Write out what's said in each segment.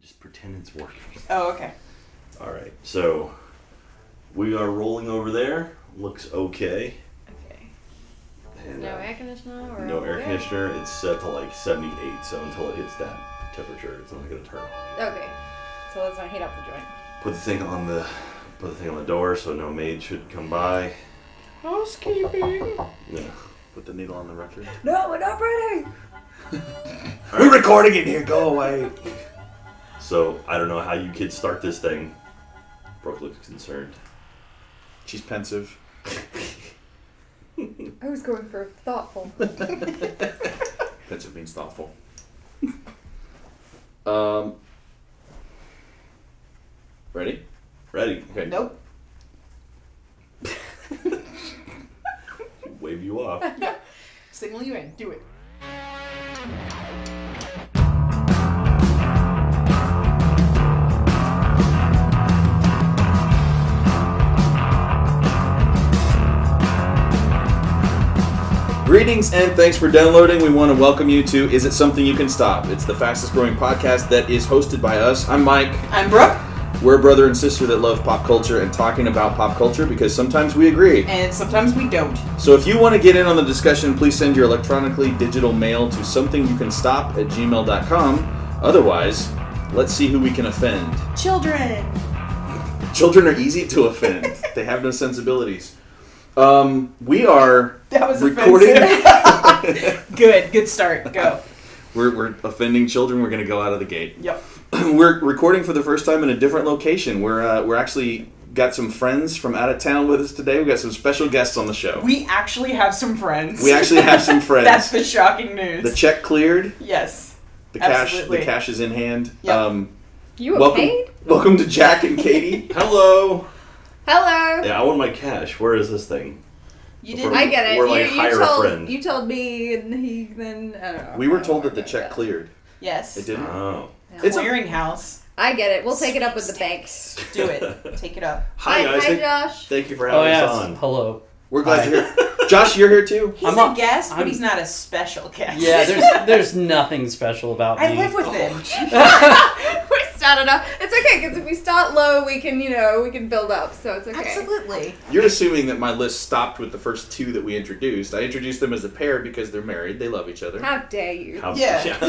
Just pretend it's working. Oh, okay. All right, so we are rolling over there. Looks okay. Okay. And, no uh, air conditioner or no air conditioner. It's set to like 78, so until it hits that temperature, it's not gonna turn on. Okay. So let's not heat up the joint. Put the thing on the put the thing on the door so no maid should come by. Housekeeping. No. Put the needle on the record. No, we're not ready. We're recording in here. Go away. So I don't know how you kids start this thing. Brooke looks concerned. She's pensive. I was going for thoughtful. Pensive means thoughtful. um. Ready? Ready? Okay. Nope. Wave you off. Signal you in. Do it. Greetings and thanks for downloading. We want to welcome you to Is It Something You Can Stop? It's the fastest growing podcast that is hosted by us. I'm Mike. I'm Brooke, We're a brother and sister that love pop culture and talking about pop culture because sometimes we agree. and sometimes we don't. So if you want to get in on the discussion, please send your electronically digital mail to somethingyoucanstop at gmail.com. Otherwise, let's see who we can offend. Children. Children are easy to offend. they have no sensibilities. Um, we are That was recording. offensive. good. Good start. Go. we're, we're offending children. We're going to go out of the gate. Yep. we're recording for the first time in a different location. We're uh, we're actually got some friends from out of town with us today. We got some special guests on the show. We, We actually have some friends. actually have some friends. That's the shocking news. the check cleared. yes. The cash Absolutely. the cash is in hand. Yep. Um, You welcome okay? welcome to Jack and Katie. Hello. Hello. Yeah, I want my cash. Where is this thing? You Before- didn't. I get it. Or, you, like, you hire a told friend. you told me, and he then I don't know. we were told that the check cleared. cleared. yes. It didn't. Oh. It's a- clearinghouse. I get it. We'll take it up with the banks. Do it. Take it up. Hi, guys. hi Thank, Josh. thank you for having Oh yes, us on. hello. We're glad you're here. Josh, you're here too. He's I'm a not- guest, but I'm- he's not a special guest. Yeah, there's there's nothing special about I me. live with him. we started off. It's okay because if we start low, we can you know we can build up. So it's okay. Absolutely. You're assuming that my list stopped with the first two that we introduced. I introduced them as a pair because they're married. They love each other. How dare you? How- Yeah.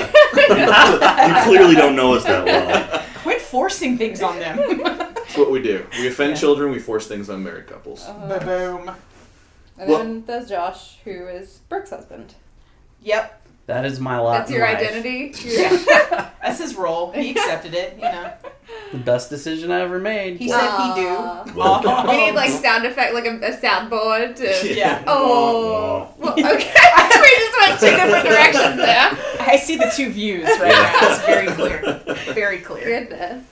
you clearly don't know us that well. Quit forcing things on them. That's what we do. We offend Yeah. children. We force things on married couples. Oh. Uh, Boom. and then there's Josh, who is Brooke's husband. Yep. That is my lot. That's in your life. identity. Yeah. That's his role. He accepted it, you know. The best decision I ever made. He said he do. Aw. Well, We need like sound effect, like a, a soundboard. To... Yeah. Oh. Well, okay. we just went two different directions there. I see the two views right now. It's very clear. Very clear. Goodness.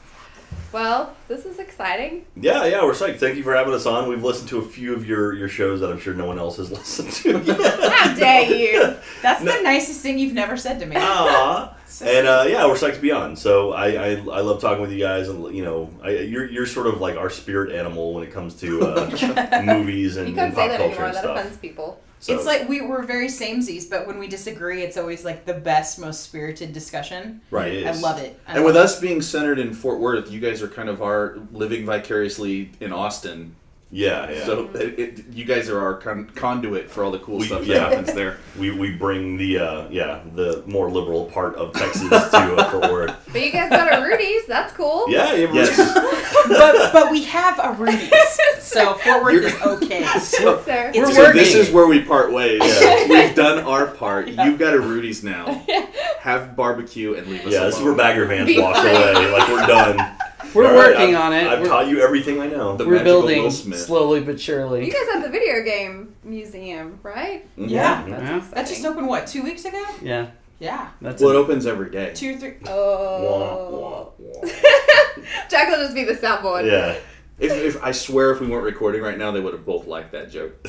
Well, this is exciting. Yeah, yeah, we're psyched. Thank you for having us on. We've listened to a few of your, your shows that I'm sure no one else has listened to. yet. How dare you? That's No. the nicest thing you've never said to me. Aw. So- And uh, yeah, we're psyched to be on. So I, I, I love talking with you guys, and you know, I, you're you're sort of like our spirit animal when it comes to uh, movies and, You and can't say pop that culture anymore. and That stuff. offends people. So, It's like we were very samesies, but when we disagree, it's always like the best, most spirited discussion. right. it I is. love it. I And love with it. us being centered in Fort Worth, you guys are kind of our living vicariously in Austin. Yeah, yeah. So it, it, you guys are our con- conduit for all the cool We- stuff yeah. that happens there. we, we bring the uh, yeah the more liberal part of Texas to uh, Fort Worth. But you guys got a Rudy's. That's cool. Yeah, you ever- Yes. but but we have a Rudy's, so Fort Worth is okay. so Sir. It's so working. this is where we part ways. Yeah. We've done our part. You've got a Rudy's now. Have barbecue and leave us yeah, alone. this is where Bagger Vance Be walks free. away. Like we're done. We're All right, I've- working on it. I've we're taught you everything I know. The we're magical building Will Smith. slowly but You surely. guys have the video game museum, right? Mhm. Yeah. Yeah, That just opened what two weeks ago? yeah. Yeah, That's Well, it it. opens every day. two three. Oh. Jack will just be the soundboard. Yeah. If, if I swear, if we weren't recording right now, they would have both liked that joke.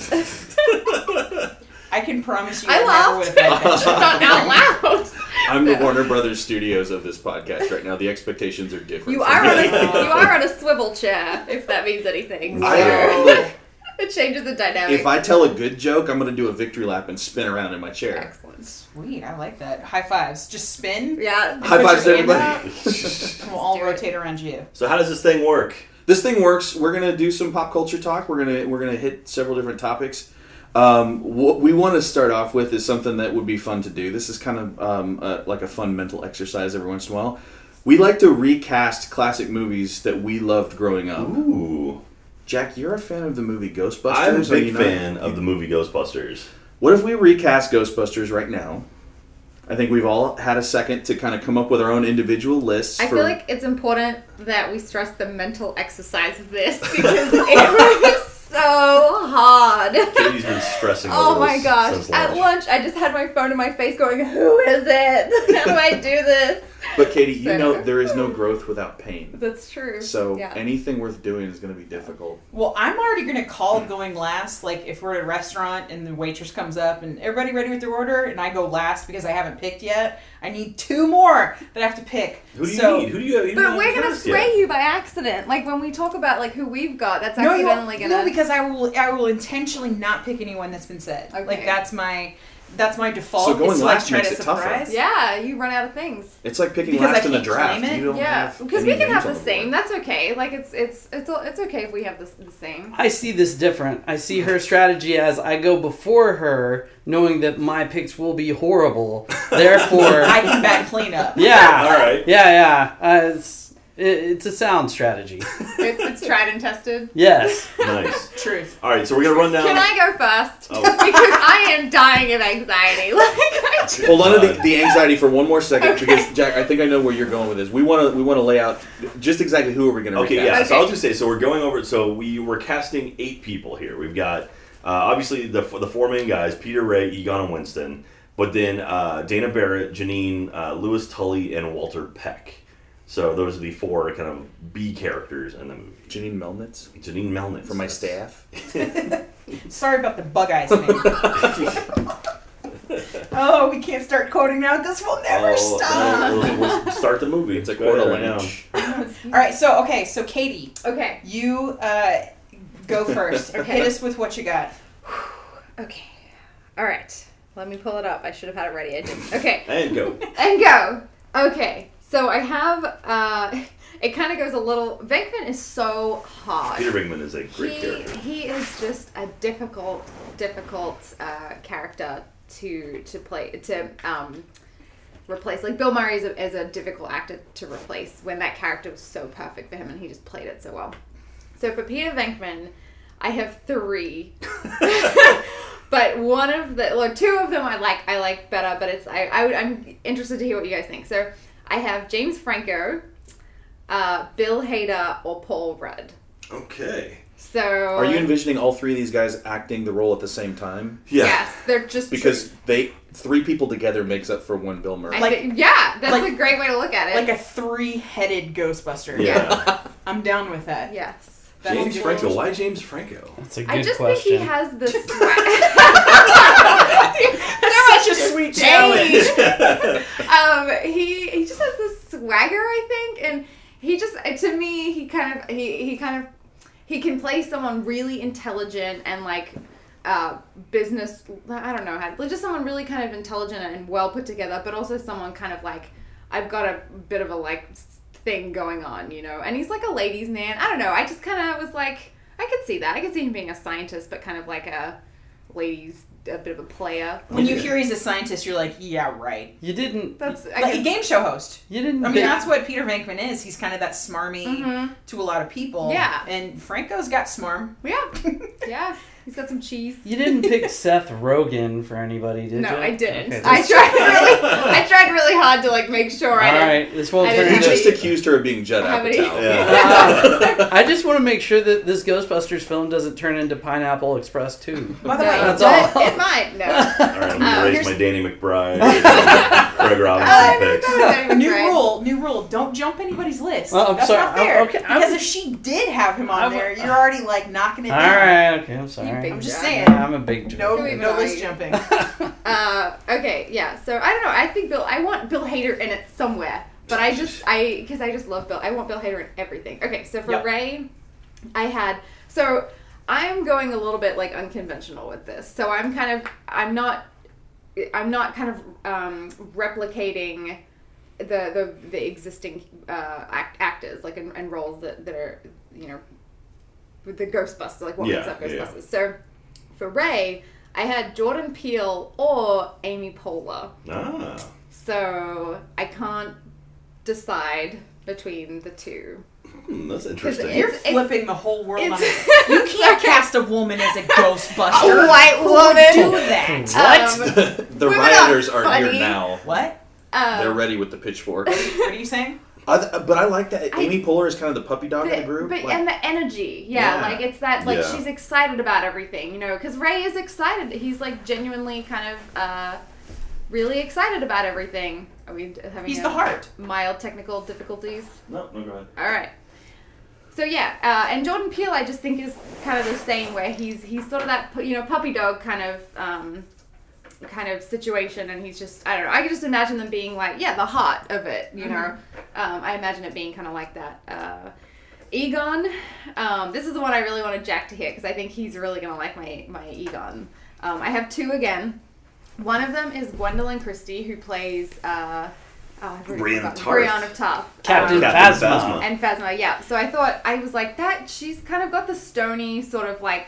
I can promise you, I I, never laughed. would have had that. Just not out loud. I'm the No. Warner Brothers Studios of this podcast right now. The expectations are different. You from are on a, mine. you are on a swivel chair, if that means anything. I sir. am. Look, It changes the dynamic. If I tell a good joke, I'm gonna do a victory lap and spin around in my chair. Excellent. Sweet, I like that. High fives. Just spin. Yeah. High Put fives to your hand everybody. And we'll all Do it. rotate around you. So how does this thing work? this thing works. We're gonna do some pop culture talk. We're gonna we're gonna hit several different topics. Um, what we want to start off with is something that would be fun to do. This is kind of um, uh like a fun mental exercise every once in a while. We like to recast classic movies that we loved growing up. Ooh, Jack, you're a fan of the movie Ghostbusters. I'm a are you big not? fan of the movie Ghostbusters. What if we recast Ghostbusters right now? I think we've all had a second to kind of come up with our own individual lists. I for, feel like it's important that we stress the mental exercise of this because it was so hard. Katie's been stressing. Oh over my this gosh. Since At lunch. lunch, I just had my phone in my face going, Who is it? How do I do this? but Katie, you So- know there is no growth without pain. That's true. So yeah. anything worth doing is going to be difficult. Well, I'm already gonna call going last. Like if we're at a restaurant and the waitress comes up and everybody ready with their order, and I go last because I haven't picked yet. I need two more that I have to pick. Who do you so, need? Who do you have? you but haven't we're even gonna asked sway yet. you by accident. Like when we talk about like who we've got, that's No, you accidentally gonna. no, because I will. I will intentionally not pick anyone that's been said. Like Okay. that's my. That's my default. So going is to, last try makes to it tougher. surprise. yeah, you run out of things. It's like picking Because last I in the can't draft. claim it? You don't Yeah, have because any we can names have on the board. same. That's okay. Like it's it's it's all- it's okay if we have this the same. I see this different. I see her strategy as I go before her, knowing that my picks will be horrible. Therefore, I can back clean up. yeah, All right. yeah, yeah. Uh, it's it, it's a sound strategy. It's it's tried and tested. Yes. Nice. Truth. All right. So we're gonna run down. Can I go first? Um, Oh. because I am dying of anxiety. Like I just, Hold on to the, God. the anxiety for one more second, Okay. because Jack, I think I know where you're going with this. We want to we want to lay out just exactly who are we going to Okay, yeah. Okay. So I was gonna say, so we're going over. So we were casting eight people here. We've got uh, obviously the the four main guys: Peter Ray, Egon, and Winston. But then uh, Dana Barrett, Janine, uh, Lewis Tully, and Walter Peck. So those are the four kind of B characters in the movie. Janine Melnitz Janine Melnitz from my staff. Sorry about the bug eyes thing. oh, we can't start quoting now. This will never Oh, stop. no, we'll- we'll start the movie. It's a Go ahead quarter right now. inch. All right. So okay. So Katie, okay. you uh, go first. Okay. Hit us with what you got. Okay. All right. Let me pull it up. I should have had it ready. I didn't. Okay. And go. and go. Okay. So I have. Uh, it kind of goes a little. Venkman is so hard. Peter Bingman is a great he, character. He is just a difficult, difficult uh, character to to play to um, replace. Like Bill Murray is a, is a difficult actor to replace when that character was so perfect for him and he just played it so well. So for Peter Venkman, I have three. But one of the, or two of them, I like, I like better. But it's, I, I would, I'm interested to hear what you guys think. So I have James Franco, uh, Bill Hader, or Paul Rudd. Okay. So Are you envisioning all three of these guys acting the role at the same time? Yeah. Yes, they're just Because they three people together makes up for one Bill Murray. I like- think- yeah, that's like- a great way to look at it. Like a three-headed Ghostbuster. Yeah. I'm down with that. yes. That's James a good- Franco. Why James Franco? That's a good I just question. think he has this. swag- That's such a sweet challenge. um, he he just has this swagger, I think, and he just to me he kind of he he kind of he can play someone really intelligent and like uh, business. I don't know how like just someone really kind of intelligent and well put together, but also someone kind of like I've got a bit of a like s- thing going on, you know. And he's like a ladies' man. I don't know. I just kind of was like I could see that. I could see him being a scientist, but kind of like a ladies a bit of a player. When you hear he's a scientist, you're like, yeah, right. you didn't. That's I Like guess- a game show host. You didn't. I mean, pick- that's what Peter Venkman is. He's kind of that smarmy mm-hmm. to a lot of people. Yeah. And Franco's got smarm. Yeah, yeah. He's got some cheese. You didn't pick Seth Rogen for anybody, did no, you? I didn't. Okay, I this- tried really, I tried really hard to like make sure I all didn't. right, this won't I turn didn't you into. have just accused her of being Judd How many- Apatow. Yeah. Ah, I just want to make sure that this Ghostbusters film doesn't turn into Pineapple Express 2. By the No, way, That's but all. It might. No. All right, I'm gonna Uh, raise here's- Oh, my Danny McBride, Craig Robinson picks. Anyway, New right. rule, new rule. Don't jump anybody's list. Oh, I'm That's sorry. not Oh, fair. okay, I'm- because if she did have him on I'm- there, you're already like knocking it All down. right, okay, I'm You sorry. big I'm just jerk. saying. Yeah, I'm a big jerk. No, Who even no are list you? jumping. Uh, okay, yeah. So I don't know. I think Bill. I want Bill Hader in it somewhere, but I just I because I just love Bill. I want Bill Hader in everything. Okay, so for Yep. Ray, I had so I'm going a little bit like unconventional with this. So I'm kind of I'm not I'm not kind of um, replicating the the, the existing uh, act, actors like and, and roles that, that are you know with the Ghostbusters like what Yeah, makes up yeah, yeah. Ghostbusters. So for Ray, I had Jordan Peele or Amy Poehler. Ah. So I can't decide between the two. Hmm, that's You're interesting. It's- flipping the whole world on It's- its Oh You can't cast a woman as a Ghostbuster. a white Who would do woman. that? What? Um, the Women are Uh, rioters are here funny. now. What? um, They're ready with the pitchfork. What are you saying? Oth- but I like that I- Amy Poehler is kind of the puppy dog of the The- group. But like- and the energy, yeah, Yeah. like it's that like Yeah. she's excited about everything, you know, because Ray is excited. He's like genuinely kind of uh, really excited about everything. Are we having? He's a the heart. Mild technical difficulties. No, no, go ahead. All right. So yeah, uh, and Jordan Peele, I just think is kind of the same where he's he's sort of that pu- you know puppy dog kind of um, kind of situation, and he's just I don't know. I can just imagine them being like yeah, the heart of it, you know. Um, I imagine it being kind of like that. Uh, Egon, um, this is the one I really wanted Jack to hear because I think he's really gonna like my my Egon. Um, I have two again. One of them is Gwendolyn Christie, who plays uh, oh, I've already Brienne of forgotten- Tarth. Brienne of Tarth. Um, Captain, Captain Phasma. Phasma. And Phasma, yeah. So I thought I was like that. She's kind of got the stony sort of like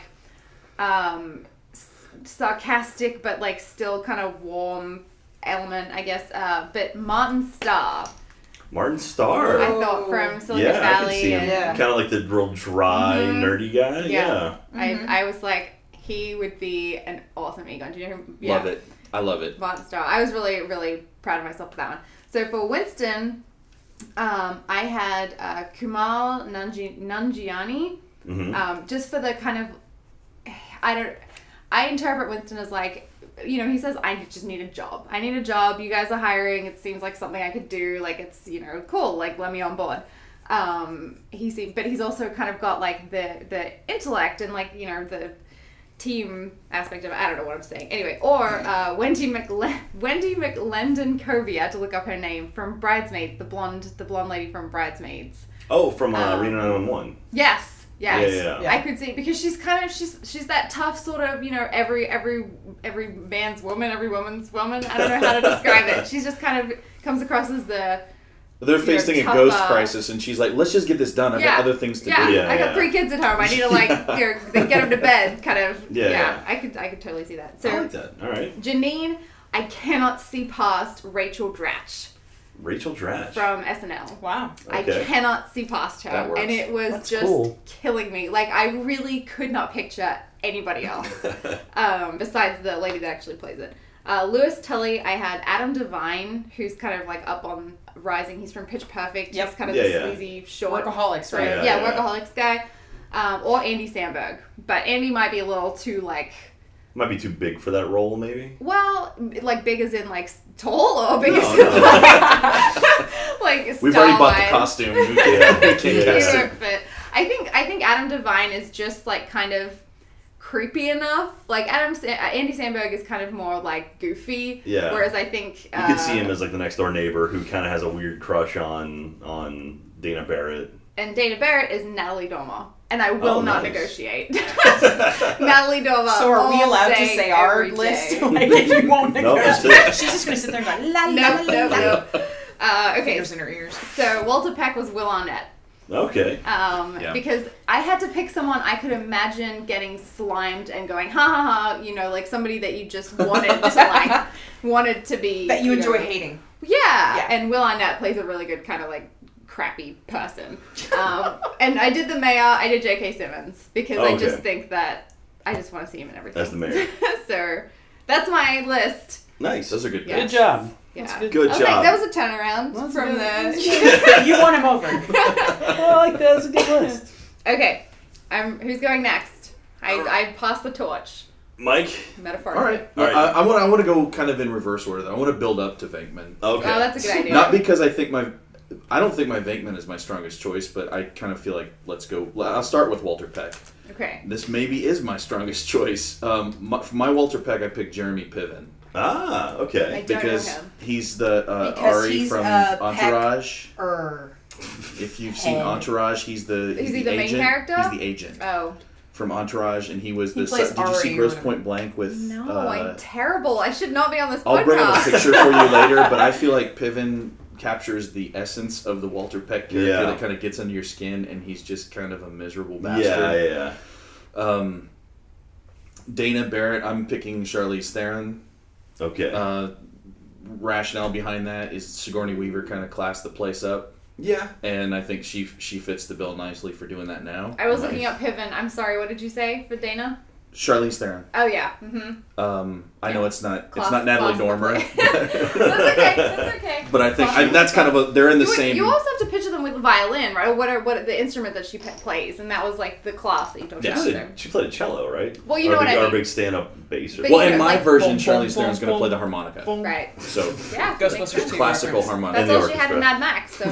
um, s- sarcastic, but like still kind of warm element, I guess. Uh, but Martin Starr, Martin Starr. I thought from Silicon yeah, I can Valley, see him. and Yeah. Kind of like the real dry, Mhm. nerdy guy. Yeah. Yeah. I, I was like, he would be an awesome Egon. Do you know who? Love it. I love it. Von Star. I was really, really proud of myself for that one. So for Winston, um, I had uh, Kumal Nanji- Nanjiani, Mhm. um, just for the kind of, I don't, I interpret Winston as like, you know, he says, I just need a job. I need a job. You guys are hiring. It seems like something I could do. Like, it's, you know, cool. Like, let me on board. Um, he seems, but he's also kind of got like the, the intellect and like, you know, the, team aspect of it. I don't know what I'm saying. Anyway, or uh, Wendy McLe- Wendy McLendon Covey. I had to look up her name from Bridesmaids, the blonde, the blonde lady from Bridesmaids. Oh, from uh, Um, Arena 911. Yes. Yes. Yeah, yeah, yeah. I could see because she's kind of she's she's that tough sort of you know every every every man's woman every woman's woman I don't know how to describe it she's just kind of comes across as the They're You're facing a tough, ghost uh, crisis, and she's like, "Let's just get this done. I've Yeah. got other things to yeah, do." Yeah, I got yeah. three kids at home I need to like you know, get them to bed kind of Yeah, yeah, yeah. I could I could totally see that so I like that. All right. Janine, I cannot see past Rachel Dratch Rachel Dratch. from SNL. Wow. Okay. I cannot see past her, That works. and it was That's just cool. killing me. Like I really could not picture anybody else um, besides the lady that actually plays it. Uh, Lewis Tully, I had Adam Devine, who's kind of like up on rising. He's from Pitch Perfect. Yep. He's kind of Yeah, the yeah. sleazy, short, Workaholics, right? Yeah, yeah, yeah. workaholics guy, um, or Andy Samberg. But Andy might be a little too like Might be too big for that role, maybe. Well, like big as in like tall or big No, as no. in like, like We've already bought the style-wise. costume. We can't- Yeah. we can't Yeah. They cast costume. it. don't fit. I think I think Adam Devine is just like kind of creepy enough. Like Adam Sa- uh, Andy Sandberg is kind of more like goofy. Yeah. Whereas I think uh, You could see him as like the next door neighbor who kind of has a weird crush on on Dana Barrett. and Dana Barrett is Natalie Dormer, and I will Oh, not nice. negotiate. Natalie Dormer. So are we all allowed to day, say our every list? day. like, if you won't No, negotiate- that's She's just gonna sit there and go la la No, la no, la. no. Uh, okay, Fingers in her ears. so Walter Peck was Will Arnett. Okay. Um, Yeah. Because I had to pick someone I could imagine getting slimed and going, ha ha ha, you know, like somebody that you just wanted to like, wanted to be. That you enjoy know. hating. Yeah. Yeah. And Will Arnett plays a really good kind of like crappy person. Um, and I did the mayor, I did J.K. Simmons because I Okay. just think that I just want to see him in everything. As the mayor. so that's my list. Nice. Those are good. Yeah. Good job. Yeah. That's good. Good I was job. like, that was a turnaround That's from good. the. you want him over. I like that. That's a good list. okay. I'm, who's going next? I, I pass the torch. Mike. All Metaphorically. right. All right. I, I want. I want to go kind of in reverse order. though. I want to build up to Venkman. Uh, Okay. Oh, that's a good idea. Not because I think my. I don't think my Venkman is my strongest choice, but I kind of feel like let's go. I'll start with Walter Peck. okay. This maybe is my strongest choice. Um, my, for my Walter Peck, I picked Jeremy Piven ah. I Okay. don't because know him. he's the uh, Because Ari he's, from uh, Peck. Entourage. Er. If you've seen Hey. Entourage, he's the Is he's he the the main agent. character? He's the agent Oh, from Entourage, and he was He the. plays Did you see Ari, Gross one of- Point Blank with? No, uh, I'm terrible. I should not be on this I'll podcast. bring up a picture for you later, but I feel like Piven captures the essence of the Walter Peck character Yeah. that kind of gets under your skin, and he's just kind of a miserable Yeah, bastard. yeah. Um, Dana Barrett, I'm picking Charlize Theron. Okay. Uh, rationale behind that is Sigourney Weaver kind of classed the place up, yeah. and I think she she fits the bill nicely for doing that now. I was looking up Piven. I'm sorry. What did you say for Dana? Charlize Theron. Oh yeah. Mm-hmm. Um, I know it's not Class- it's not Natalie class- Normer, that's okay. That's okay. but I think I, that's kind of a they're in the You, would- same. you also have to picture them with the violin, right? What are what the instrument that she pe- plays, and that was like the class that you don't She yeah. played, she played a cello, right? Well, you or know big, what I Or mean. big stand-up bass. Or Big- well, in my like, version, boom, Charlize boom, Theron's going to boom, play the harmonica, Right. so Yeah. Ghostbusters 2 classical reference. harmonica. That's in the all she had in orchestra. Mad Max. So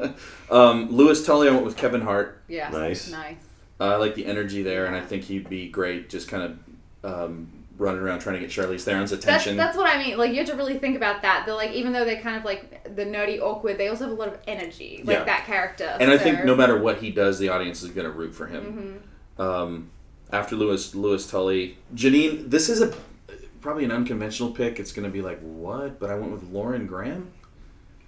makes sense. um, Lewis Tully, I went with Kevin Hart. yeah. Nice. Nice. I like the energy there, and I think he'd be great just kind of um, running around trying to get Charlize Theron's That's, attention. that's what I mean. Like you have to really think about that. They're like even though they kind of like the nerdy awkward, they also have a lot of energy. Like Yeah. that character. and I so- think no matter what he does, the audience is going to root for him. Mm-hmm. Um, after Lewis, Lewis Tully, Janine. This is a probably an unconventional pick. It's going to be like what? But I went with Lauren Graham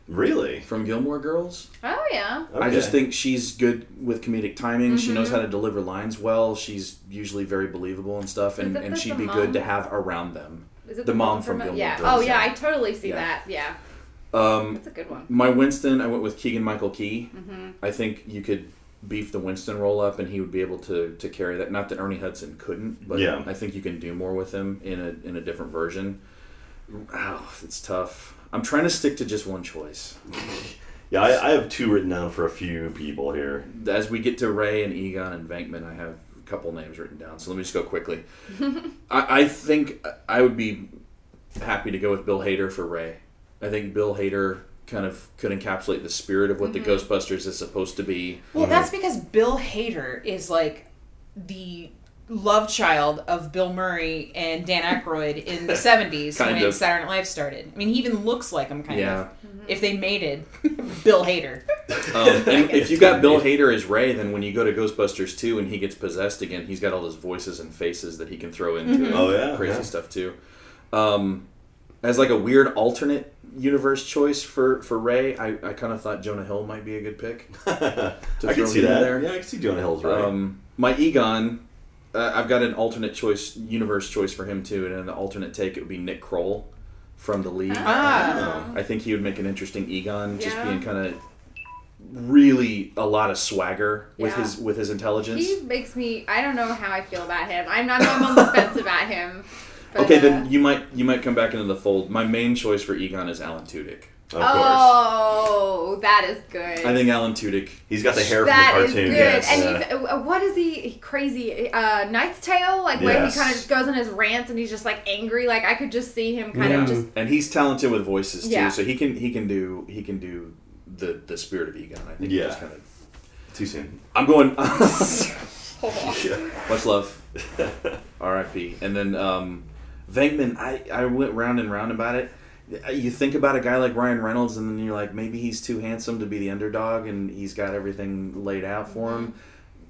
Really? from Gilmore Girls. Oh yeah. Okay. I just think she's good with comedic timing. She knows how to deliver lines well. She's usually very believable and stuff, and, that and the- she'd the be mom? good to have around them. Is The mom from Gilmore Yeah. Girls, Oh yeah, yeah. I totally see Yeah. that. Yeah. Um, That's a good one. my Winston, I went with Keegan Michael Key. I think you could beef the Winston roll up, and he would be able to to carry that. Not that Ernie Hudson couldn't, but Yeah. I think you can do more with him in a in a different version. Wow, it's tough. I'm trying to stick to just one choice. Yeah, I, I have two written down for a few people here. As we get to Ray and Egon and Venkman, I have a couple names written down, so let me just go quickly. I, I think I would be happy to go with Bill Hader for Ray. I think Bill Hader kind of could encapsulate the spirit of what the Ghostbusters is supposed to be. Well, that's because Bill Hader is like the love child of Bill Murray and Dan Aykroyd in the 70s Kind when of. Saturday Night Live started. I mean, he even looks like him, kind Yeah. of. If they mated Bill Hader. Um, and if you got Bill Hader as Ray, then when you go to Ghostbusters 2 and he gets possessed again, he's got all those voices and faces that he can throw into it. Oh, yeah, Crazy yeah. stuff, too. Um, as like a weird alternate universe choice for, for Ray, I, I kind of thought Jonah Hill might be a good pick. I throw can see him in that. there. Yeah, I can see Jonah Hill's right. Um, my Egon, uh, I've got an alternate choice, universe choice for him, too, and an alternate take, it would be Nick Kroll from The League. Ah. I think he would make an interesting Egon, just Um, Yeah. being kind of really a lot of swagger with Yeah. his with his intelligence. He makes me. I don't know how I feel about him. I'm not. I'm on the fence about him. But, okay, uh, then you might you might come back into the fold. My main choice for Egon is Alan Tudyk. of course. Oh, that is good. I think Alan Tudyk. He's got the hair That from the is cartoon. good. yes. And he's, uh, what is he he crazy? Uh, Knight's Tale, like where he Yes. kind of just goes on his rants and he's just like angry. Like I could just see him kind Mm. Yeah. of just And he's talented with voices too, Yeah. so he can he can do he can do the the spirit of Egon. I think. Yeah. Just kinda- Too soon. I'm going. Yeah. Much love. R.I.P. And then um, Venkman, I, I went round and round about it. You think about a guy like Ryan Reynolds, and then you're like, maybe he's too handsome to be the underdog, and he's got everything laid out for him.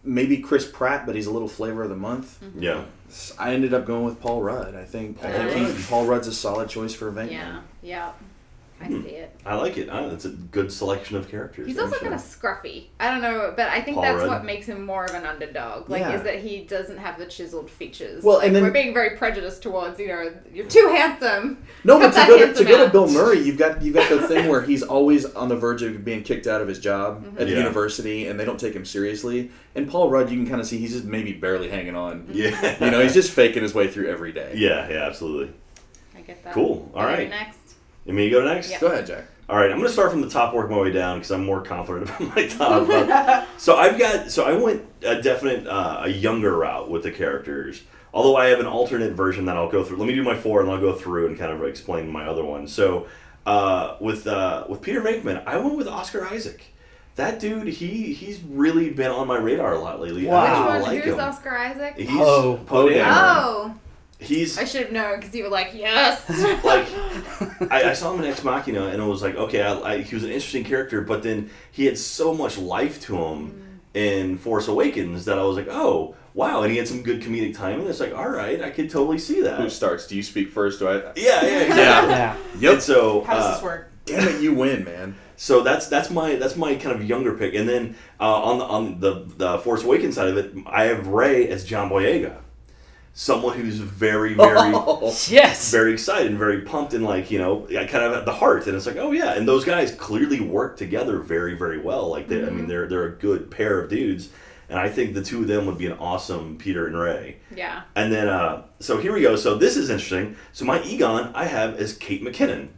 Maybe Chris Pratt, but he's a little flavor of the month. yeah. S- I ended up going with Paul Rudd. I think I think Rudd. he, Paul Rudd's a solid choice for Venkman. yeah, yeah. I Hmm. see it. I like it. Uh, It's a good selection of characters. He's I'm also sure. kind of scruffy. I don't know, but I think Paul that's Rudd. what makes him more of an underdog. Like, Yeah. is that he doesn't have the chiseled features. Well, Like, and then- we're being very prejudiced towards you know you're too handsome. No, but Cut to that go to, to handsome go to out. Bill Murray, you've got you've got the thing where he's always on the verge of being kicked out of his job Mm-hmm. at the Yeah. university, and they don't take him seriously. And Paul Rudd, you can kind of see he's just maybe barely hanging on. Mm-hmm. Yeah. You know, he's just faking his way through every day. yeah, yeah, absolutely. I get that. Cool. All You're right. Next. You mean you go to next? Yeah. Go ahead, Jack. All right, I'm going to start from the top, work my way down because I'm more confident about my top. But- so I've got, so I went a definite, uh, a younger route with the characters. Although I have an alternate version that I'll go through. Let me do my four, and I'll go through and kind of explain my other one. So uh, with uh, with Peter Venkman, I went with Oscar Isaac. That dude, he he's really been on my radar a lot lately. Wow. I Which don't one? like Who's him. Oscar Isaac? He's Oh, Poe Poe Dameron. Dameron. oh, He's I should have known because you were like, yes. like I, I saw him in Ex Machina, and I was like, okay, I, I, he was an interesting character, but then he had so much life to him, in Force Awakens that I was like, oh wow, and he had some good comedic timing. It's like, all right, I could totally see that. Who starts? Do you speak first? Do I? Yeah, yeah, exactly. Yeah. And so, How does uh, this work? Damn it, you win, man. so that's that's my that's my kind of younger pick. And then uh, on the on the the Force Awakens side of it, I have Ray as John Boyega, someone who's very very. Yes. Very excited and very pumped and like you know, I kind of at the heart and it's like oh yeah, and those guys clearly work together very very well. Like they, I Mm-hmm. mean, they're they're a good pair of dudes, and I think the two of them would be an awesome Peter and Ray. Yeah. And then, uh, so here we go. So this is interesting. So my Egon I have is Kate McKinnon.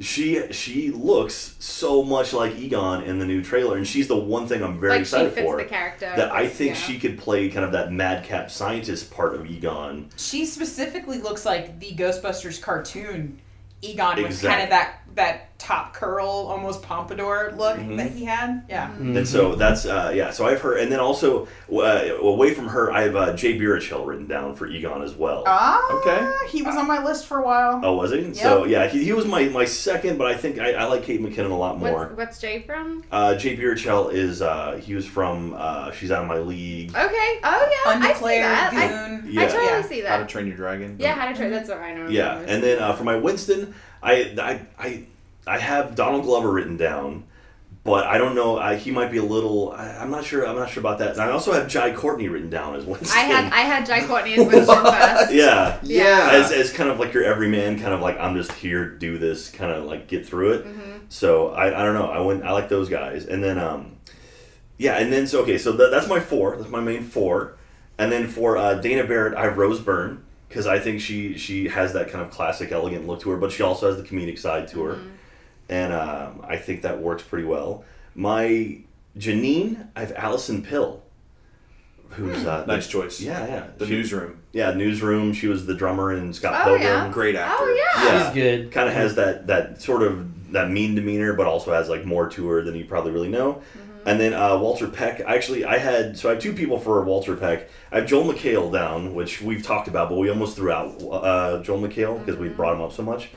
She she looks so much like Egon in the new trailer, and she's the one thing I'm very Like she excited fits for. the character. that I think Yeah. she could play kind of that madcap scientist part of Egon. She specifically looks like the Ghostbusters cartoon Egon with kind Exactly. of that that top curl, almost pompadour look Mm-hmm. that he had. Yeah. Mm-hmm. And so that's uh, yeah. So I have her, and then also uh, away from her, I have uh, Jay Burchill written down for Egon as well. Oh. Ah, Okay. He was on my list for a while. oh, was he? So yeah, he, he was my, my second, but I think I, I like Kate McKinnon a lot more. What's, what's Jay from? Uh, Jay Burchell is uh, he was from uh, She's Out of My League. Okay. Oh yeah. Undeclared I see that. I- goon. Yeah. I totally Yeah. see How to that. Train Your Dragon. Yeah, how to Mm-hmm. train. That's what I know. Yeah, and then uh, for my Winston, I, I I I have Donald Glover written down, but I don't know. I, he might be a little. I, I'm not sure. I'm not sure about that. And I also have Jai Courtney written down as Winston. I had I had Jai Courtney as Winston first. yeah. Yeah. As, as kind of like your everyman, kind of like I'm just here, do this, kind of like get through it. So I, I don't know. I went. I like those guys, and then um, yeah, and then so okay, so tha- that's my four. That's my main four, and then for uh, Dana Barrett, I have Rose Byrne because I think she she has that kind of classic, elegant look to her, but she also has the comedic side to her, and um, I think that works pretty well. My Janine, I have Allison Pill, who's uh, the- Nice choice. Yeah, yeah. The She- newsroom. yeah, newsroom. She was the drummer in Scott Oh, Pilgrim. yeah. Great actor. Oh yeah. Yeah. She's good. Kind of has that that sort of that mean demeanor, but also has like more to her than you probably really know. Mm-hmm. And then uh, Walter Peck. Actually, I had so I have two people for Walter Peck. I have Joel McHale down, which we've talked about, but we almost threw out uh, Joel McHale because Mm-hmm. we brought him up so much.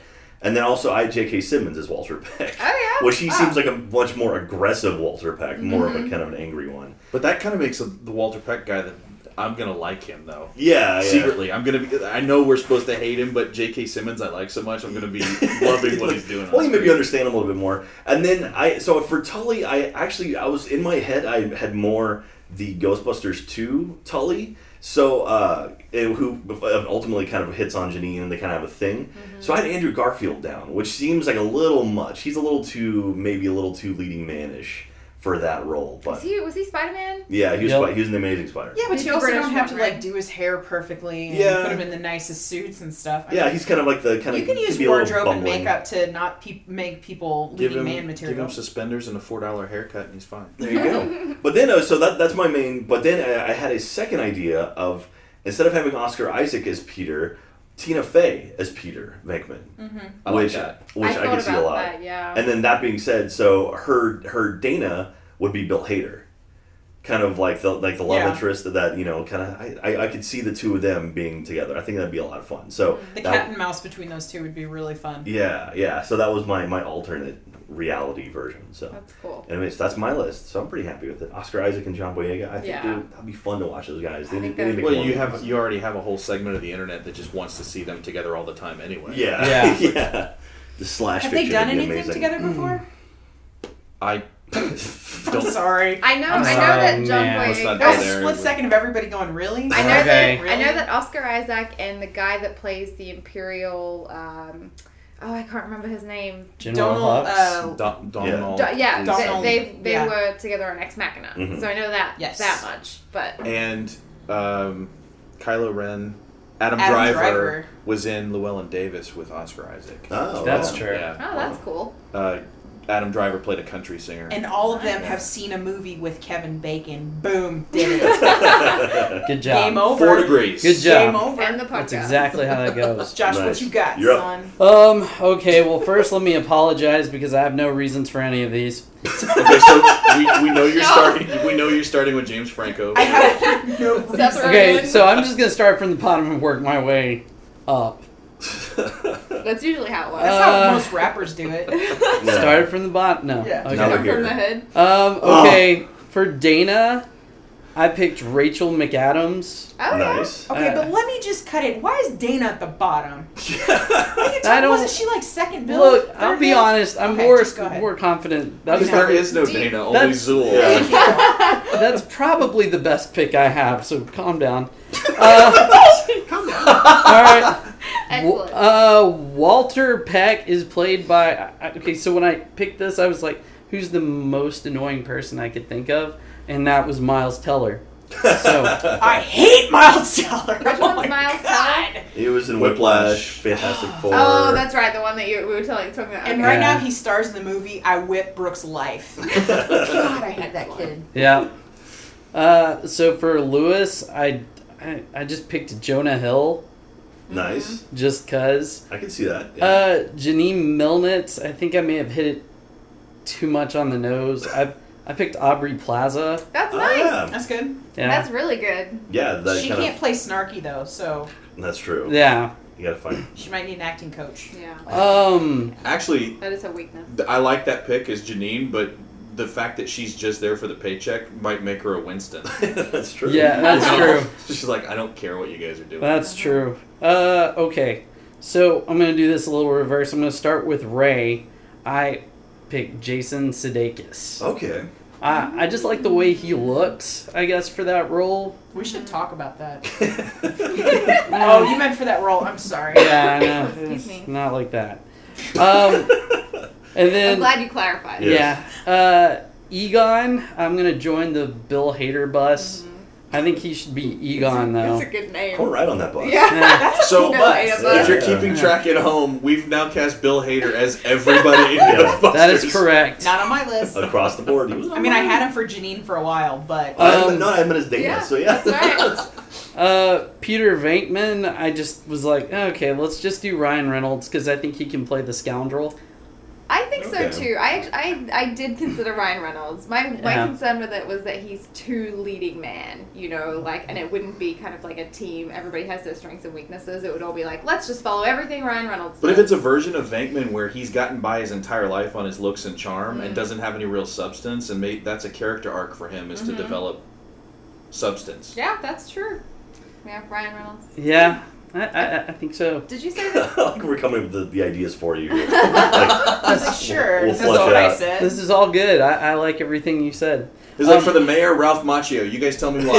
And then also I had J.K. Simmons as Walter Peck, Oh yeah. which he Wow. Mm-hmm. seems like a much more aggressive Walter Peck, more of a kind of an angry one. But that kind of makes the Walter Peck guy that I'm gonna like him though. Yeah, yeah. Secretly, I'm gonna be. I know we're supposed to hate him, but J.K. Simmons I like so much. I'm gonna be loving what he's doing. on Well, you maybe screen. understand him a little bit more. And then I, so for Tully, I actually, I was in my head, I had more the Ghostbusters 2 Tully. So, uh, eh, who ultimately kind of hits on Janine and they kind of have a thing. Mm-hmm. So I had Andrew Garfield down, which seems like a little much. He's a little too, maybe a little too leading manish for that role. Was But he was he Spider Man? yeah, he was, Yep. Spi- he was an amazing spider. Yeah, but He's you the also British don't have to one, right? like do his hair perfectly and Yeah. put him in the nicest suits and stuff. I Yeah, mean, he's kind of like the kind of you can use be a little wardrobe and bumbling. makeup to not pe- make people give leading him man give material. him suspenders and a four dollar haircut, and he's fine. There you go. but then, uh, so that that's my main. But then uh, I, I had a second idea of instead of having Oscar Isaac as Peter, Tina Fey as Peter Venkman, I like which that. which I, thought could see a about lot. That, yeah. And then that being said, so her her Dana would be Bill Hader, kind of like the like the love Yeah. interest that, that you know kind of I, I I could see the two of them being together. I think that'd be a lot of fun. So the that- cat and mouse between those two would be really fun. yeah, yeah. So that was my my alternate reality version. So That's cool. Anyways, that's my list, so I'm pretty happy with it. Oscar Isaac and John Boyega. I think Yeah. they- that'd be fun to watch those guys. They, I need- think they need to that- make Well, more you of have these. you already have a whole segment of the internet that just wants to see them together all the time anyway. Yeah, Yeah. yeah. The slash. Have they picture done would be anything amazing. together before? I I'm Mm. don't. sorry. I know I'm I know sorry, that John man. Let's not do Boyega. That Oh, was a there split we- second of everybody going, really? I know Okay. that I know that Oscar Isaac and the guy that plays the Imperial. Um, oh, I can't remember his name. General Donald, Hux. uh, Don, Don Yeah. Mall Do- yeah, Donald, they they, they yeah. were together on Ex Machina, Mhm. so I know that Yes. that much. But oh, and um, Kylo Ren, Adam, Adam Driver, Driver. was in Llewellyn Davis with Oscar Isaac. Oh, That's wow. true. Yeah. oh, that's cool. Uh, Adam Driver played a country singer. And all of them Yeah. have seen a movie with Kevin Bacon. Boom, did it. Good job. Game over. Four degrees. Good job. Game over. And the podcast. That's exactly how that goes. Josh, Nice. what you got, You're up. son? Um, okay, well, first let me apologize because I have no reasons for any of these. okay, so we, we know you're No. starting. We know you're starting with James Franco. I have no Seth reason. Okay, Rogen. so I'm just gonna start from the bottom and work my way up. That's usually how That's it was. Uh, how most rappers do it. Yeah. Started from the bottom. No. Yeah. Okay. Now Come we're from Ah. here. the hood. Um, okay, for Dana, I picked Rachel McAdams. Oh, nice. Okay, Uh, but let me just cut it. Why is Dana at the bottom? I I don't- Wasn't she like second build? Look, I'll third be build? honest. I'm Okay, more just go ahead. more confident. Because That's there prob- is no Do you- Dana, only That's- Zool. Yeah. that's probably the best pick I have. So calm down. Uh, all right. yeah. W- Excellent. Uh, Walter Peck is played by. I- I- Okay, so when I picked this, I was like, "Who's the most annoying person I could think of?" And that was Miles Teller. So I hate Miles Teller. Which oh my one's Miles God. Teller? He was in Whiplash. Whiplash, Fantastic Four. oh, that's right. The one that you we were telling talking about. And Okay. right Yeah. now he stars in the movie I Whip Brooke's Life. God, I hate that kid. yeah. Uh, so for Lewis, I, I I just picked Jonah Hill nice. just cause. I can see that. yeah. Uh, Janine Milnitz, I think I may have hit it too much on the nose. I I picked Aubrey Plaza. That's Oh, nice. yeah. That's good. Yeah. That's really good. Yeah, that she kind can't of. play snarky though, so That's true. yeah. You gotta find. she might need an acting coach. Yeah, Um. Actually, that is a weakness. th- I like that pick as Janine, but the fact that she's just there for the paycheck might make her a Winston. that's true. Yeah, that's You know? true. She's like, I don't care what you guys are doing. That's true. Uh, okay. So I'm gonna do this a little reverse. I'm gonna start with Ray. I picked Jason Sudeikis. Okay. I, I just like the way he looks. I guess for that role. We should talk about that. yeah. Oh, you meant for that role. I'm sorry. Yeah, I know. Excuse It's me. Not like that. Um, and I'm then glad you clarified. Yes. yeah, uh, Egon. I'm gonna join the Bill Hader bus. Mm-hmm. I think he should be Egon though. That's a good name. All right on that bus. Yeah. Yeah. That's a So, cool No, bus. yeah, but- If you're Yeah. keeping track at home, we've now cast Bill Hader as everybody in Ghostbusters. That is correct. Not on my list. Across the board. He was I mean, I had him for Janine for a while, but Uh, I Um, didn't know I had him as Dana, yeah, so yeah. that's right. Uh, Peter Venkman, I just was like, "Oh, okay, let's just do Ryan Reynolds because I think he can play the scoundrel. I think Okay. so too. I, act- I I did consider Ryan Reynolds. My my Yeah. concern with it was that he's too leading man, you know, like, and it wouldn't be kind of like a team. Everybody has their strengths and weaknesses. It would all be like, let's just follow everything Ryan Reynolds. But if it's does. a version of Venkman where he's gotten by his entire life on his looks and charm Mm-hmm. and doesn't have any real substance, and may, that's a character arc for him is Mm-hmm. to develop substance. yeah, that's true. Yeah, Ryan Reynolds. Yeah, I, I, I think so. Did you say that? like we're coming up with the, the ideas for you. here. Like, I was like, sure, We'll this is flush what it I out. said. This is all good. I, I like everything you said. It's like Um, for the mayor, Ralph Macchio. You guys tell me why.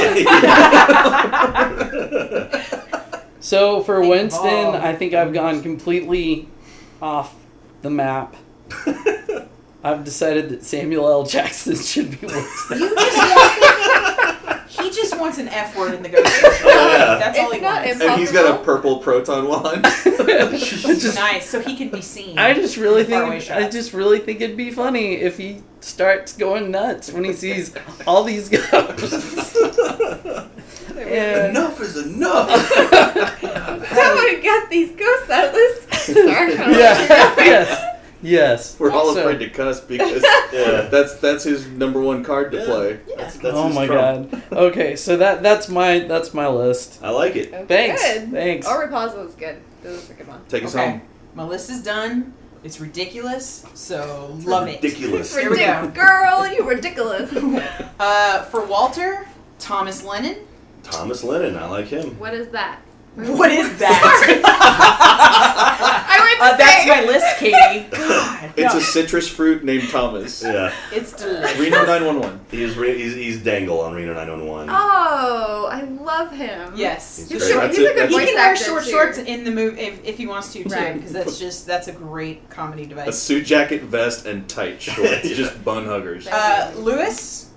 So for Big Winston, balls. I think I've gone completely off the map. I've decided that Samuel L. Jackson should be Winston. You just want- he just wants an F word in the Ghostbusters. Oh, yeah. That's all It's he not wants. impossible. and he's got a purple proton wand. It's just- nice, so he can be seen. I just really Far away think shot. I just really think it'd be funny if he starts going nuts when he sees all these guys. Yeah. Enough is enough. Someone got these ghosts out of this. Sorry. yeah. yes. Yes. We're all So- afraid to cuss because Yeah. that's that's his number one card to Yeah. play. That's, that's Oh his my Trump. god. Okay, so that that's my that's my list. I like it. Okay, Thanks, Good. thanks. Or Rapunzel was good. This was a good one. Take us Okay. home. My list is done. It's ridiculous, so love it. Ridiculous. Here we go. Girl, you ridiculous. Uh, for Walter, Thomas Lennon. Thomas Lennon. I like him. what is that? What is that? I went to Uh, that's say- my list, Katie. God, It's no, a citrus fruit named Thomas. Yeah. it's delicious. Reno nine one one. He's re- he's, he's Dangle on Reno 911. Oh, I love him. Yes. He's, He's great. a, That's he's a it, good that's He voice can wear actor, short too. shorts in the movie if, if he wants to too, Right. because that's just that's a great comedy A device. suit jacket, vest, and tight shorts. Just bun huggers. Nice. Uh, Lewis,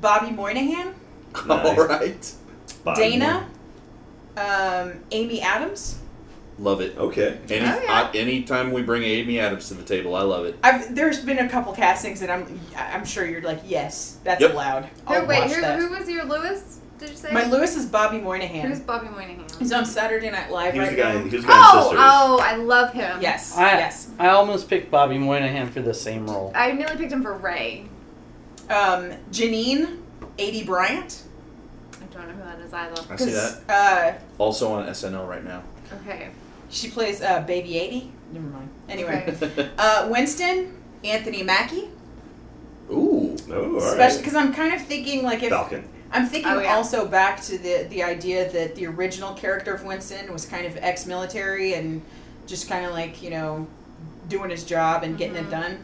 Bobby Moynihan, All right. Bobby Dana, um, Amy Adams. Love it. Moore. Okay. Any, Oh, yeah. I, anytime we bring Amy Adams to the table, I love it. I've, there's been a couple castings that I'm I'm sure you're like yes that's Yep. allowed. Who- I'll wait, watch who, that. who was your Lewis? Did you say? My Lewis is Bobby Who's Moynihan. Bobby Moynihan? He's on Saturday Night Live He was right the guy. now. He was the guy in Oh, Sisters. oh, I love him. Yes, I yes. I almost picked Bobby Moynihan for the same role. I nearly picked him for Ray. Um, Janine, Adi Bryant. I don't know who that is either. I see that. Uh, Also on SNL right now. Okay. she plays uh, Baby 80. Never mind. Anyway, Okay. uh, Winston, Anthony Mackie. Ooh. Oh, all right. Especially because I'm kind of thinking like if Falcon. I'm thinking Oh, yeah. also back to the the idea that the original character of Winston was kind of ex-military and just kind of like you know doing his job and getting Mm-hmm. it done.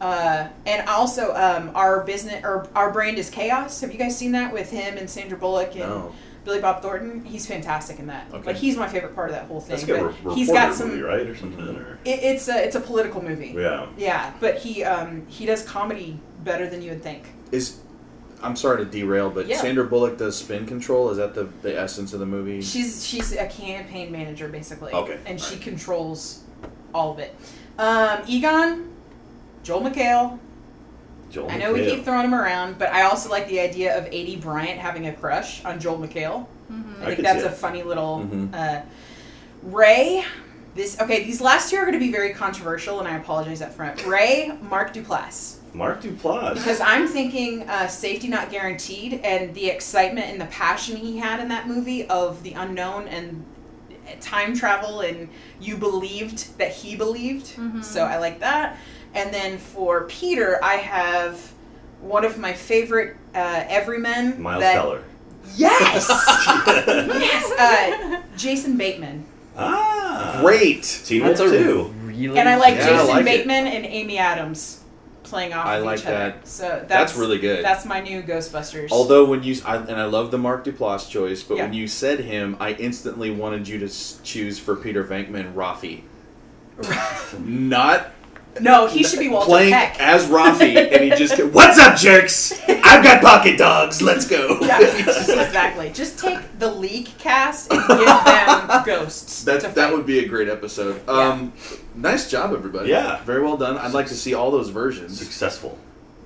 Uh, and also, um, our business or our brand is chaos. Have you guys seen that with him and Sandra Bullock and No. Billy Bob Thornton? He's fantastic in that. Okay. Like he's my favorite part of that whole thing. That's good. but Re- he's got reporter some. movie, right or something or it- it's a it's a political movie. yeah. Yeah, but he um, he does comedy better than you would think. Is I'm sorry to derail, but Yeah. Sandra Bullock does spin control. Is that the, the essence of the movie? She's she's a campaign manager basically. Okay, And she controls all of it. Um, Egon, Joel McHale. Joel I know we McHale. keep throwing him around, but I also like the idea of A.D. Bryant having a crush on Joel McHale. I Mm-hmm. I think could that's see a it. Mm-hmm. funny little. Mhm. Uh, Ray, this okay. These last two are going to be very controversial, and I apologize up front. Ray, Mark Duplass. Mark Duplass. Because I'm thinking uh, safety not guaranteed, and the excitement and the passion he had in that movie of the unknown and time travel, and you believed that he believed. So I like that. And then for Peter, I have one of my favorite uh, everymen. Miles that- Teller. Yes. yes. Uh, Jason Bateman. Ah, Great. Teen Wolf That's a Two. really And I like Mm, Yeah, I Jason like it. Bateman and Amy Adams playing off I of like each other. that. So that's, That's, really good. That's my new Ghostbusters. Although when you I, and I love the Mark Duplass choice, but Yeah. when you said him, I instantly wanted you to s- choose for Peter Venkman Rafi, not No, he should be Walter playing Peck. as Rafi, and he just get, what's up, jerks? I've got pocket dogs. Let's go. yeah, exactly. Just take the leak cast and give them ghosts. to That, that fight. would be a great episode. Yeah. Um, nice job, everybody. Yeah. very well done. I'd like to see all those versions. Successful.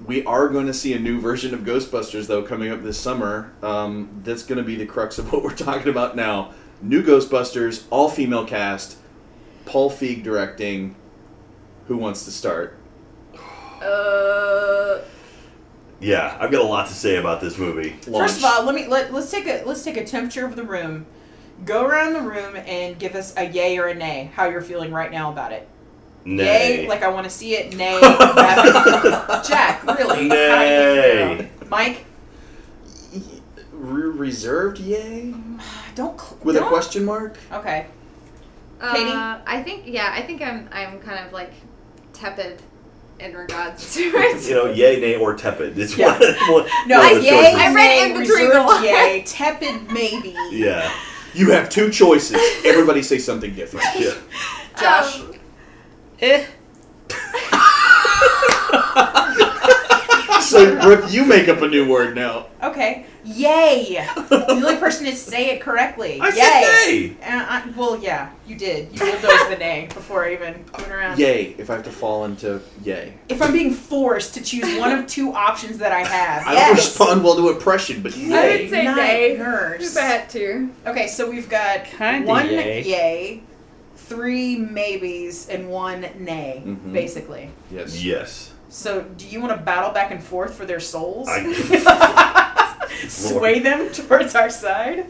We are going to see a new version of Ghostbusters though coming up this summer. Um, that's going to be the crux of what we're talking about now. New Ghostbusters, all female cast, Paul Feig directing. Who wants to start? Uh, Yeah, I've got a lot to say about this movie. First of all, let me let, let's take a let's take a temperature of the room. Go around the room and give us a yay or a nay. How you're feeling right now about it? Nay. Yay, like I want to see it. Nay, rather- Jack, really? How do you feel? Nay. Mike, Re- reserved, yay? don't cl- With a don't- question mark? Okay, Katie? Uh, I think yeah. I think I'm I'm kind of like tepid in regards to it. You know, yay, nay, or tepid. It's Yeah. one, one, no, one of the yay, choices. I read in nay, between the reserved lines. Yay, tepid maybe. Yeah, You have two choices. Everybody say something different. yeah. Josh, Um, Eh. so, Brooke, you make up a new word now. Okay. Yay! the only person to say it correctly. I Yay! said nay. Uh, I, well, yeah, you did. You bulldozed the nay before I even went around. Yay, if I have to fall into yay. If I'm being forced to choose one of two options that I have, I yes. don't respond well to oppression, but I yay. would say Not nay. hers. If I had to. Okay, so we've got Kinda one yay. three maybes, and one nay, Mhm. basically. Yes. Yes. So, do you want to battle back and forth for their souls? Sway Lord. them towards our side?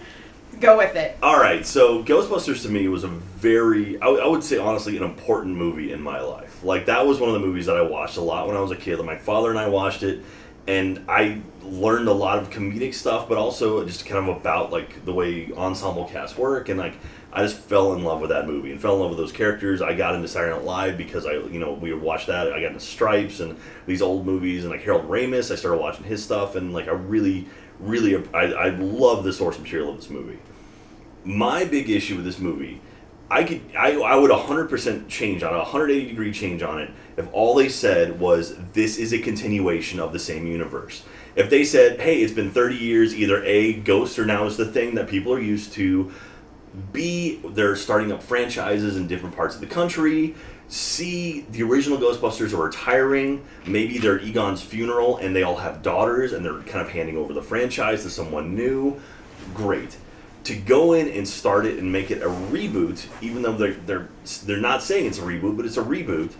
Go with it. All right, so Ghostbusters to me was a very, I, would- I would say honestly, an important movie in my life. Like, that was one of the movies that I watched a lot when I was a kid. Like, my father and I watched it, and I learned a lot of comedic stuff, but also just kind of about, like, the way ensemble casts work. And, like, I just fell in love with that movie and fell in love with those characters. I got into Saturday Night Live because I, you know, we would watch that. I got into Stripes and these old movies, and, like, Harold Ramis, I started watching his stuff, and, like, I really, really, I, I love the source material of this movie my big issue with this movie i could i, I would 100% change on it 180 degree change on it if all they said was this is a continuation of the same universe if they said hey it's been 30 years either a ghosts are now is the thing that people are used to B, they're starting up franchises in different parts of the country. C, the original Ghostbusters are retiring. Maybe they're at Egon's funeral and they all have daughters and they're kind of handing over the franchise to someone new. Great. To go in and start it and make it a reboot, even though they're, they're, they're not saying it's a reboot, but it's a reboot,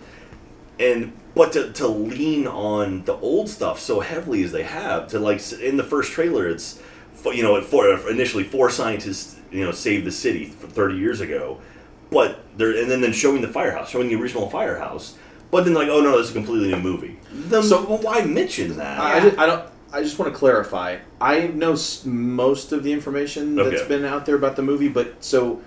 and but to, to lean on the old stuff so heavily as they have to like s- in the first trailer it's fo- you know it for initially four scientists you know saved the city f- 30 years ago but they're and then, then showing the firehouse showing the original firehouse but then like oh no this is a completely new movie the, So- so well, why mention that I, I, just, I don't. I just want to clarify. I know s- most of the information that's Okay. been out there about the movie, but so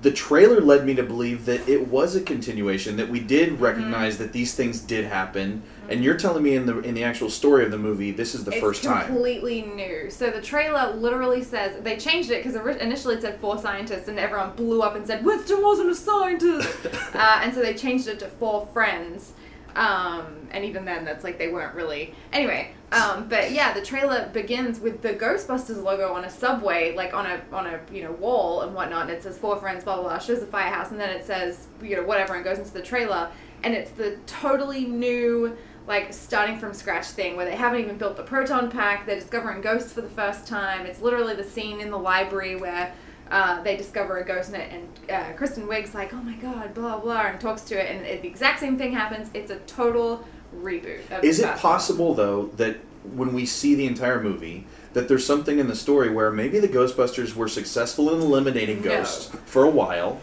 the trailer led me to believe that it was a continuation. That we did recognize that these things did happen, and you're telling me in the in the actual story of the movie, this is the it's first time. completely new. So the trailer literally says they changed it because initially it said four scientists, and everyone blew up and said Winston wasn't a scientist, uh, and so they changed it to four friends. Um, and even then, that's like they weren't really. Anyway, um, but yeah, the trailer begins with the Ghostbusters logo on a subway, like on a on a you know wall and whatnot. And it says four friends, blah blah blah. Shows the firehouse, and then it says you know whatever, and goes into the trailer. And it's the totally new like starting from scratch thing where they haven't even built the proton pack. They're discovering ghosts for the first time. It's literally the scene in the library where uh, they discover a ghost in it, and uh, Kristen Wiig's like, "Oh my god," blah blah, and talks to it, and it, the exact same thing happens. It's a total reboot. Of Is the it first possible though that when we see the entire movie? That there's something in the story where maybe the Ghostbusters were successful in eliminating No. ghosts for a while,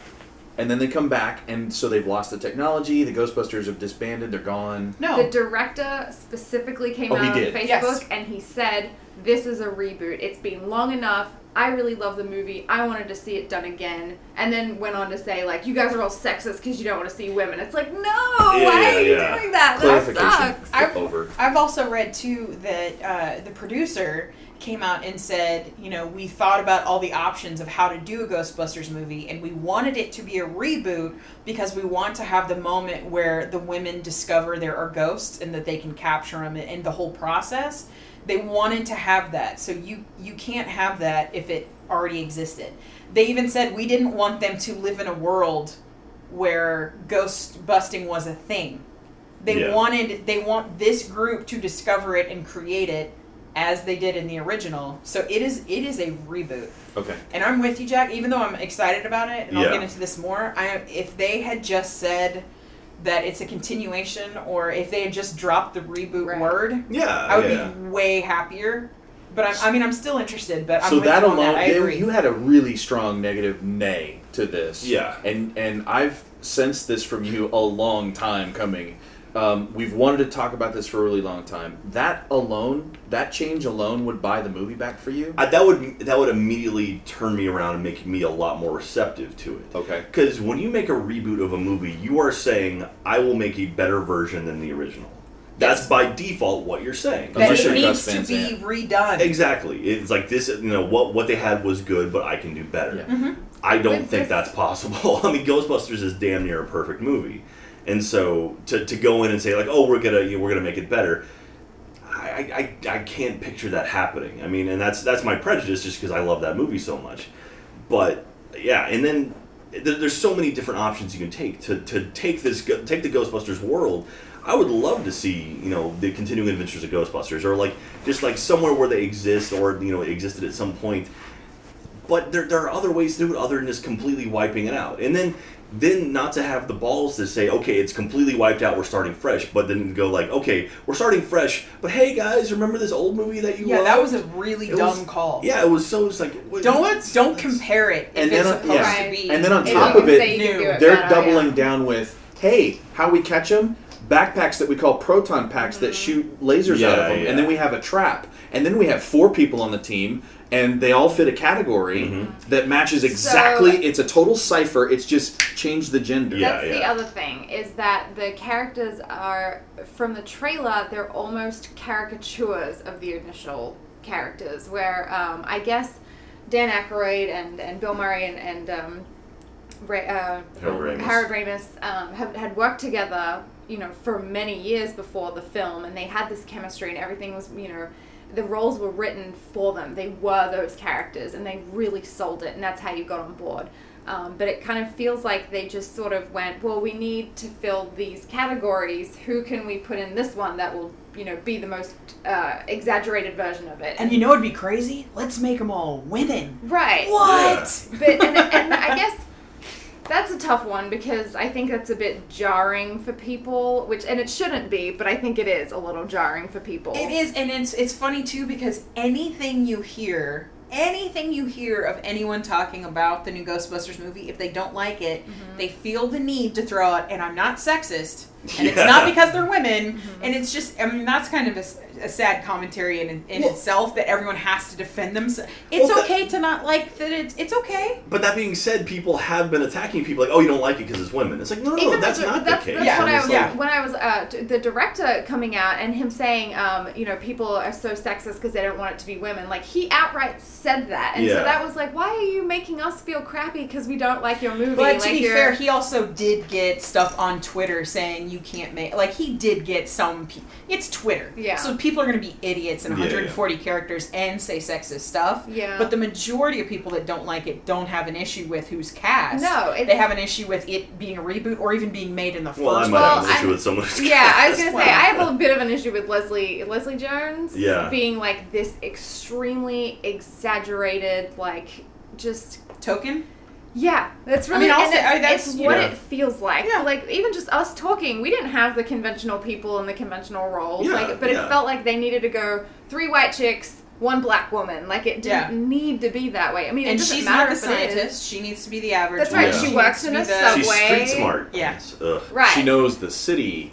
and then they come back, and so they've lost the technology. The Ghostbusters have disbanded; they're gone. No. The director specifically came Oh, he out on did. Facebook Yes. and he said, "This is a reboot. It's been long enough. I really love the movie. I wanted to see it done again." And then went on to say, "Like you guys are all sexist because you don't want to see women." It's like, no, why yeah, are you yeah. doing that? That sucks. I- over. I've also read too that uh, the producer came out and said, you know, we thought about all the options of how to do a Ghostbusters movie, and we wanted it to be a reboot because we want to have the moment where the women discover there are ghosts and that they can capture them, and the whole process. They wanted to have that, so you you can't have that if it already existed. They even said we didn't want them to live in a world where ghost busting was a thing. They Yeah. wanted they want this group to discover it and create it as they did in the original. So it is it is a reboot. Okay. And I'm with you, Jack. Even though I'm excited about it, and I'll Yeah. get into this more. I if they had just said that it's a continuation, or if they had just dropped the reboot Right. word, Yeah, I would Uh, yeah. be way happier. But I'm, I mean, I'm still interested. But I'm so with that you on alone, that. I they- agree. you had a really strong negative nay to this. Yeah. And and I've sensed this from you a long time coming. Um, we've wanted to talk about this for a really long time. That alone, that change alone, would buy the movie back for you. I, that would that would immediately turn me around and make me a lot more receptive to it. Okay. Because when you make a reboot of a movie, you are saying, "I will make a better version than the original." That's by default what you're saying. that Unless it you're a needs Gus to Van be Sant. redone. Exactly. It's like this. You know what what they had was good, but I can do better. Yeah. I don't Mm-hmm. With think this- that's possible. I mean, Ghostbusters is damn near a perfect movie, and so to, to go in and say like, oh, we're gonna you know, we're gonna make it better. I, I, I can't picture that happening. I mean, and that's that's my prejudice, just because I love that movie so much. But yeah, and then there, there's so many different options you can take to, to take this go- take the Ghostbusters world. I would love to see you know the continuing adventures of Ghostbusters, or like just like somewhere where they exist, or you know existed at some point but there, there are other ways to do it other than just completely wiping it out and then then not to have the balls to say okay it's completely wiped out we're starting fresh but then go like okay we're starting fresh but hey guys remember this old movie that you Yeah, loved? that was a really It was- dumb call. yeah it was so it's like what- Don't that's- don't that's- compare it if And it's then, uh, supposed yeah. to be. And then on If top you of can it, say you can new. do it They're better, doubling yeah. down with, hey, how we catch them? Backpacks that we call proton packs that shoot lasers out of Yeah, them, yeah. and then we have a trap, and then we have four people on the team, and they all fit a category Mm-hmm. that matches exactly. it's a total cipher. It's just change the gender. Yeah, That's the yeah. other thing is that the characters are from the trailer. They're almost caricatures of the initial characters. Where um, I guess Dan Aykroyd and, and Bill Murray and and um, Ray, uh, Harold Ramis. Harold Ramis, um, have, had worked together, you know, for many years before the film, and they had this chemistry, and everything was, you know, the roles were written for them. They were those characters, and they really sold it, and that's how you got on board. Um, but it kind of feels like they just sort of went, well, we need to fill these categories. Who can we put in this one that will, you know, be the most uh, exaggerated version of it? And you know what'd be crazy? Let's make them all women. right. What? but and, and I guess that's a tough one because I think that's a bit jarring for people, which and it shouldn't be, but I think it is a little jarring for people. It is, and it's it's funny too because anything you hear, anything you hear of anyone talking about the new Ghostbusters movie, if they don't like it, they feel the need to throw out. And I'm not sexist, and it's Yeah. not because they're women. And it's just, I mean, that's kind of a, s- a sad commentary in, in Well- itself that everyone has to defend themselves. It's Well, that- okay to not like that. It's it's okay. But that being said, people have been attacking people like, oh, you don't like it because it's women. It's like, no, no, no, Even Oh, that's the, not that's, the case. That's Yeah. what I And was it's Yeah. like, when I was uh, d- the director coming out and him saying, um, you know, people are so sexist because they don't want it to be women. Like he outright said that, and Yeah. so that was like, why are you making us feel crappy because we don't like your movie? But like to be you're- fair, he also did get stuff on Twitter saying you can't make like he did get some. Pe- it's Twitter, Yeah. So people are going to be idiots and Yeah, yeah. 140 characters and say sexist stuff. Yeah. But the majority of people that don't like it don't have an issue with who's cast. No, it's- they have an issue with it being a reboot or even being made in the Well, I first. might Well, have an issue I'm- with someone. who's yeah, I was cast. gonna say Wow. I have a bit of an issue with Leslie Leslie Jones Yeah. being like this extremely exaggerated, like just token. Yeah, that's I really. mean, I'll and say- it's, I- that's- it's what Yeah. it feels like. Yeah. Like even just us talking, we didn't have the conventional people in the conventional roles. Yeah, like, but yeah. it felt like they needed to go three white chicks, one black woman. Like it didn't Yeah. need to be that way. I mean, it and doesn't she's matter not the if it is. scientist. She needs to be the average. That's one. right, she needs works to in be a the- subway. She's street Way- smart. Yeah. Ugh. Right. She knows the city.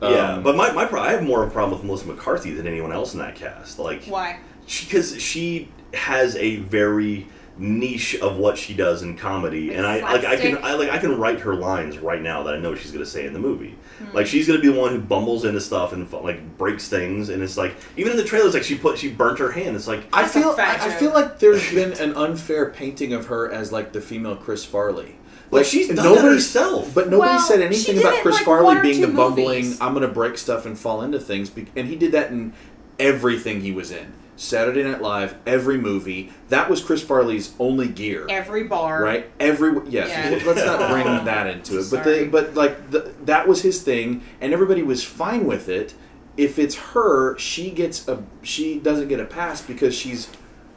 yeah, um, but my, my pro- I have more of a problem with Melissa McCarthy than anyone else in that cast. Like, Why? because she has a very niche of what she does in comedy, and I like I can Slapstick. I like I can write her lines right now that I know she's gonna say in the movie. Hmm. Like she's gonna be the one who bumbles into stuff and like breaks things, and it's like even in the trailers like she put she burnt her hand. It's like I That's a feel fat I, I joke. feel like there's been an unfair painting of her as like the female Chris Farley. But Like she's done that herself. But nobody Well, said she anything did it about in, Chris like, one Farley or being two the bumbling. movies. I'm gonna break stuff and fall into things, be- and he did that in everything he was in. Saturday Night Live, every movie. That was Chris Farley's only gear. Every bar. Right. Every yes. Yeah. l- Let's not bring that into it. Sorry. But they, but like the, that was his thing, and everybody was fine with it. If it's her, she gets a she doesn't get a pass because she's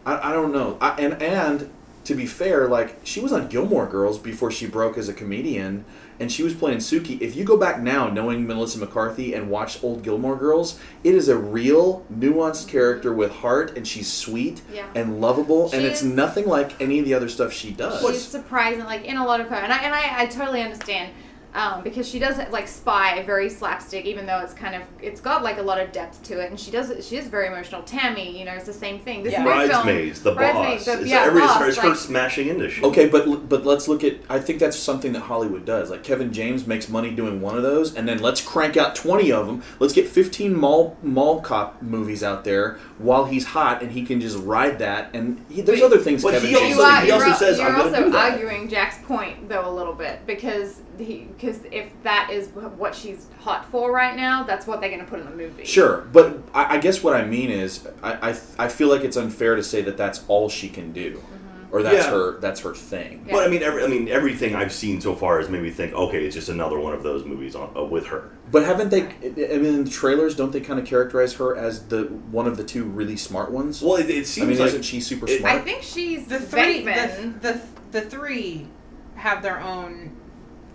I, I don't know. I, and and to be fair, like she was on Gilmore Girls before she broke as a comedian, and she was playing Suki. If you go back now, knowing Melissa McCarthy and watch old Gilmore Girls, it is a real nuanced character with heart, and she's sweet Yeah. and lovable, and She it's is- nothing like any of the other stuff she does. She's surprising, like in a lot of her, and I and I, I totally understand. Um, because she does like spy very slapstick, even though it's kind of it's got like a lot of depth to it, and she does she is very emotional. Tammy, you know, it's the same thing. This Yeah. new film- Bridesmaids, the boss. Bridesmaids, the- it's yeah, every, it's her- boss, it's her like- Oh, smashing into shit. Okay, but but let's look at. I think that's something that Hollywood does. Like Kevin James makes money doing one of those, and then let's crank out twenty of them. Let's get fifteen mall mall cop movies out there while he's hot, and he can just ride that. And he, there's Wait, other things. but Kevin he James you are, he you're, also says, you're "I'm gonna also do that." arguing Jack's point though a little bit because he because if that is wh- what she's hot for right now, that's what they're going to put in the movie. Sure, but I, I guess what I mean is, I, I I feel like it's unfair to say that that's all she can do, or that's Yeah. her that's her thing. Yeah. But I mean, every, I mean, everything I've seen so far has made me think, okay, it's just another one of those movies on, uh, with her. But haven't they? I I mean, in the trailers, don't they kind of characterize her as the one of the two really smart ones? Well, it, it I seems mean, like isn't she super it- smart? I think she's The three, the, Bateman. the the three, have their own.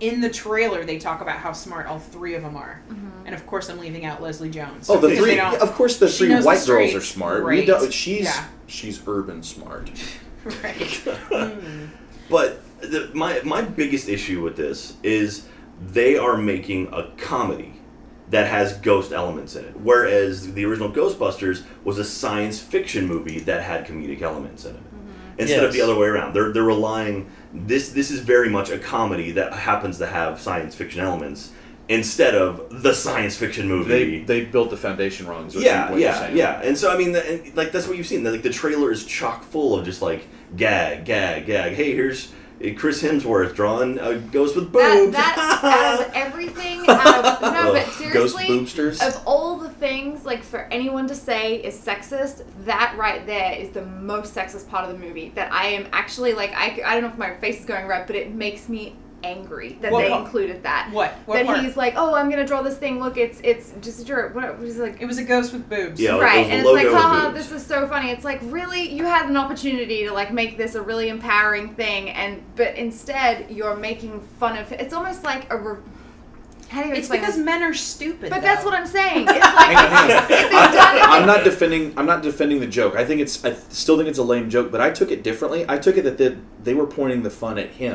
In the trailer, they talk about how smart all three of them are, Mm-hmm. and of course, I'm leaving out Leslie Jones. Oh, the because three. they don't- yeah, Of course, the she three knows the white girls streets. are smart. We Great. don't, she's Yeah. she's urban smart. right. Mm. Hmm. But the, my my biggest issue with this is they are making a comedy that has ghost elements in it, whereas the original Ghostbusters was a science fiction movie that had comedic elements in it. Instead of the Yes. other way around, they're they're relying this this is very much a comedy that happens to have science fiction elements instead of the science fiction movie They they built the foundation wrong. Is what you- yeah, what you're yeah, saying. yeah. And so I mean, the, and, like that's what you've seen. The, like the trailer is chock full of just like gag, gag, gag. Hey, here's uh, Chris Hemsworth drawing a ghost with That, boobs. that out of everything, out of, no, Ugh, but Ghost seriously, boobsters. Of all the things, like for anyone to say is sexist, that right there is the most sexist part of the movie. That I am actually like, I, I don't know if my face is going red, but it makes me angry that What they part? included that. What? What that part? he's like, oh, I'm gonna draw this thing. Look, it's it's just a draw. What he's like. It was a ghost with boobs. Yeah. like Right, those and it's like, logo haha, boobs. this is so funny. It's like, really, you had an opportunity to like make this a really empowering thing, and but instead you're making fun of. It's almost like a. Re- how do you It's explain because this? men are stupid. But that's though. what I'm saying. It's like Hang on, hang on. if they've done it, I'm not defending. I'm not defending the joke. I think it's. I still think it's a lame joke, but I took it differently. I took it that they, they were pointing the fun at him.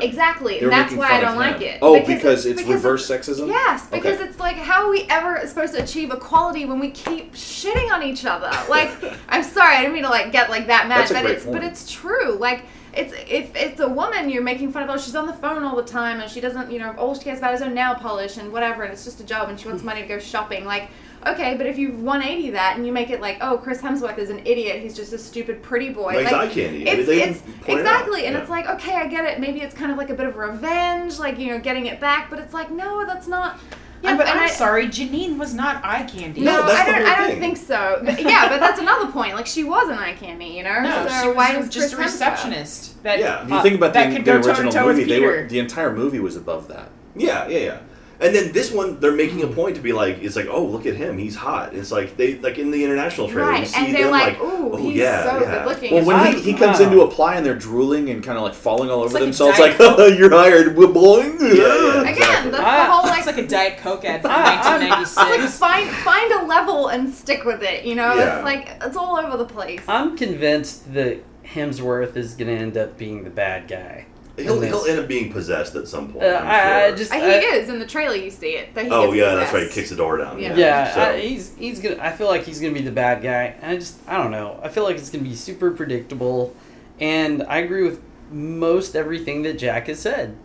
They Exactly, and were that's making why fun I of don't him. like it. Oh, because it's because reverse sexism. Yes, because Okay. it's like, how are we ever supposed to achieve equality when we keep shitting on each other? Like, I'm sorry, I didn't mean to like get like that mad, That's a but great it's but point. it's true. Like, it's if it's a woman, you're making fun of her. She's on the phone all the time, and she doesn't, you know, all she cares about is her nail polish and whatever, and it's just a job, and she wants money to go shopping. Like, okay, but if you 180 that and you make it like, oh, Chris Hemsworth is an idiot. He's just a stupid pretty boy. Like, Like, eye candy. it's, They it's point it out. exactly and Yeah. it's like okay i get it maybe it's kind of like a bit of revenge like you know getting it back but it's like no that's not Yeah, I'm- but and I'm I- sorry, Janine was not eye candy. no, No, that's I the don't. whole I don't thing. think so. But- yeah, but that's another point. Like she was an eye candy, you know. No, so she was why a- does just a Chris Hemsworth? receptionist. That, uh, Yeah, If you think about that the, could the go toe original to toe movie, with they were Peter. the entire movie was above that. Yeah, yeah, yeah. And then this one, they're making a Hmm. point to be like, it's like, oh, look at him, he's hot. It's like they like in the international trailer, you Right, see and them they're like, "Ooh, oh he's yeah, so yeah. good looking." Well, when I- he, he comes wow. into apply and they're drooling and kind of like falling all over like a themselves, like "Oh, diet you're hired, we're blowing. Yeah, yeah. Again, that's Ah, the whole It's like, like a Diet Coke ad from I- I'm- like 1996. find find a level and stick with it. You know, Yeah. it's like it's all over the place. Uh, I'm convinced that Hemsworth is gonna end up being the bad guy. He'll, he'll end up being possessed at some Uh, point. I'm I, I sure. just Uh, I- he is in the trailer. You see it. That he oh gets yeah, that's right. possessed. He kicks the door down. Yeah. Yeah, so- I, he's he's gonna. I feel like he's gonna be the bad guy. And I just I don't know. I feel like it's gonna be super predictable, and I agree with most everything that Jack has said.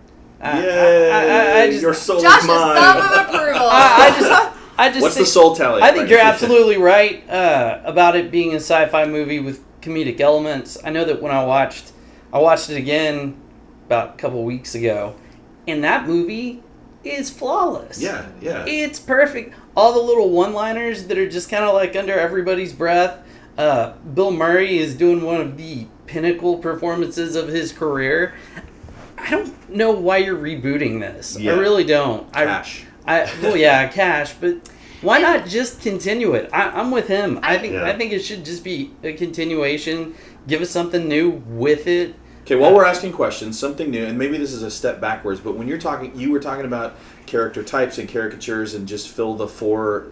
I- Yay, I, I, I, I just your soul Josh's is mine. thumb of approval. I, I just I just What's think, the soul tally? I think you're Right. absolutely right uh, about it being a sci-fi movie with comedic elements. I know that when I watched, I watched it again about a couple weeks ago, and that movie is flawless. yeah, yeah. It's perfect. All the little one-liners that are just kind of like under everybody's breath. Uh, Bill Murray is doing one of the pinnacle performances of his career. I don't know why you're rebooting this. Yeah. I really don't. Cash. I, I well, yeah, cash, but. Why not just continue it? I, I'm with him. I, I- think Yeah. I think it should just be a continuation. Give us something new with it. Okay, while we're asking questions, something new, and maybe this is a step backwards, but when you're talking, you were talking about character types and caricatures and just fill the four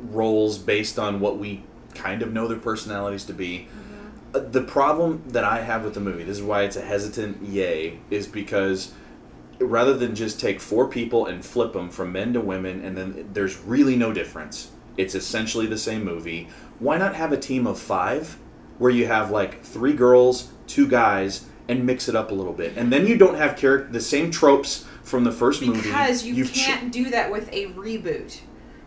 roles based on what we kind of know their personalities to be. Mm-hmm. Uh, The problem that I have with the movie, this is why it's a hesitant yay, is because rather than just take four people and flip them from men to women, and then there's really no difference. It's essentially the same movie. Why not have a team of five where you have like three girls, two guys, and mix it up a little bit? And then you don't have character the same tropes from the first movie. Because you You've ch- can't do that with a reboot.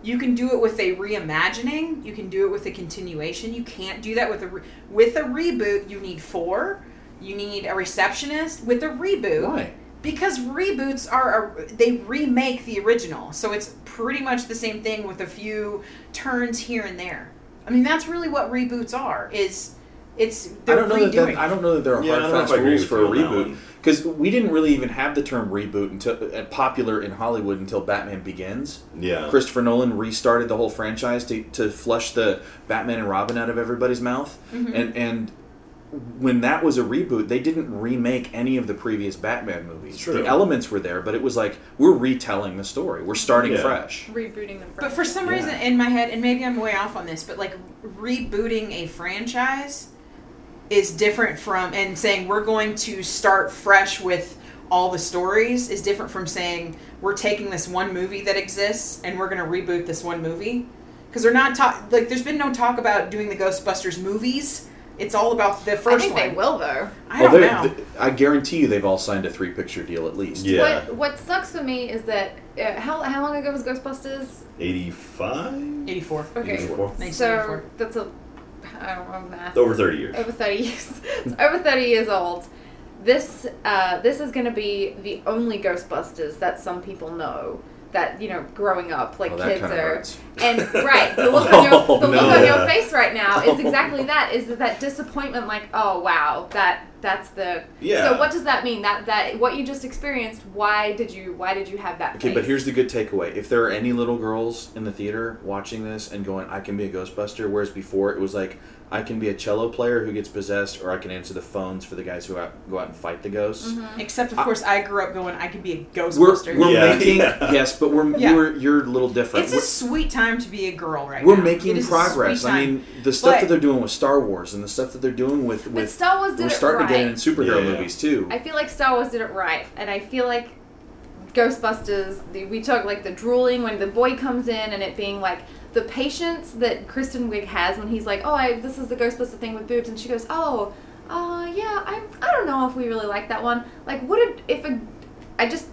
You can do it with a reimagining. You can do it with a continuation. You can't do that with a re- with a reboot. You need four. You need a receptionist with a reboot. Why? Because reboots are a, they remake the original, so it's pretty much the same thing with a few turns here and there. I mean, that's really what reboots are. Is it's I they're don't know that, redoing. that I don't know that there are Yeah, I hard don't know fast if I agree rules with for you a on that reboot one. because we didn't really even have the term reboot until uh, popular in Hollywood until Batman Begins. yeah. Christopher Nolan restarted the whole franchise to, to flush the Batman and Robin out of everybody's mouth. Mm-hmm. And and when that was a reboot, they didn't remake any of the previous Batman movies. True. The elements were there, but it was like we're retelling the story. We're starting Yeah. fresh. rebooting them. But for some Yeah. reason in my head, and maybe I'm way off on this, but like rebooting a franchise is different from and saying we're going to start fresh with all the stories is different from saying we're taking this one movie that exists and we're going to reboot this one movie because they're not talk like there's been no talk about doing the Ghostbusters movies. It's all about the I first think one. they will though. I don't they- know. th- I guarantee you, they've all signed a three-picture deal at least. Yeah. What what sucks for me is that uh, how how long ago was Ghostbusters? 85? 84. Okay, 84? so 1984. that's a I don't know math. Over 30 years. Over thirty years. it's over thirty years old. This uh, this is going to be the only Ghostbusters that some people know. That you know, growing up, like Oh, that kids kind of are. hurts. And right, the look, on, your, Oh, the look no. on your face right now is exactly that. Is that, that disappointment? Like, oh wow, that that's the. Yeah. So what does that mean? That that what you just experienced? Why did you? Why did you have that? Okay, but face? here's the good takeaway. If there are any little girls in the theater watching this and going, I can be a Ghostbuster, whereas before it was like, I can be a cello player who gets possessed, or I can answer the phones for the guys who out, go out and fight the ghosts. Except, of course, I grew up going, I could be a We're, Ghostbuster. we're Yeah. making, Yeah. yes, but we're, Yeah. you're, you're a little different. It's a sweet time to be a girl right we're we're now. It making is a progress. sweet I time. mean, the stuff But- that they're doing with Star Wars and the stuff that they're doing with, But with Star Wars did we're it starting right. to get in superhero Yeah. movies too. I feel like Star Wars did it right, and I feel like Ghostbusters. The, we talk like the drooling when the boy comes in, and it being like the patience that Kristen Wiig has when he's like, "Oh, I, this is the Ghostbuster thing with boobs," and she goes, "Oh, uh, yeah, I, I don't know if we really like that one. Like, what if, if a, I just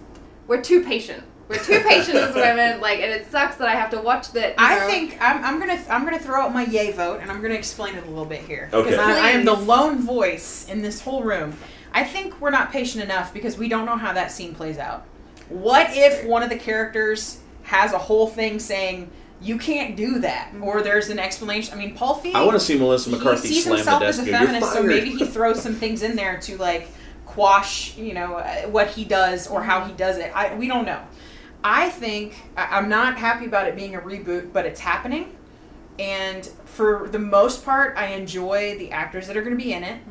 we're too patient." We're too patient as women, like, and it sucks that I have to watch that. you I know. think I'm, I'm gonna I'm gonna throw out my yay vote, and I'm gonna explain it a little bit here Okay. because I, I am the Please. lone voice in this whole room. I think we're not patient enough because we don't know how that scene plays out. What if one of the characters has a whole thing saying you can't do that, or there's an explanation? I mean, Paul Feig. I want to see Melissa McCarthy he sees slam the himself as desk. a and go, You're feminist, so maybe fired. he throws some things in there to like quash, you know, uh, what he does or how he does it. I we don't know. I think I, I'm not happy about it being a reboot, but it's happening, and for the most part, I enjoy the actors that are going to be in it.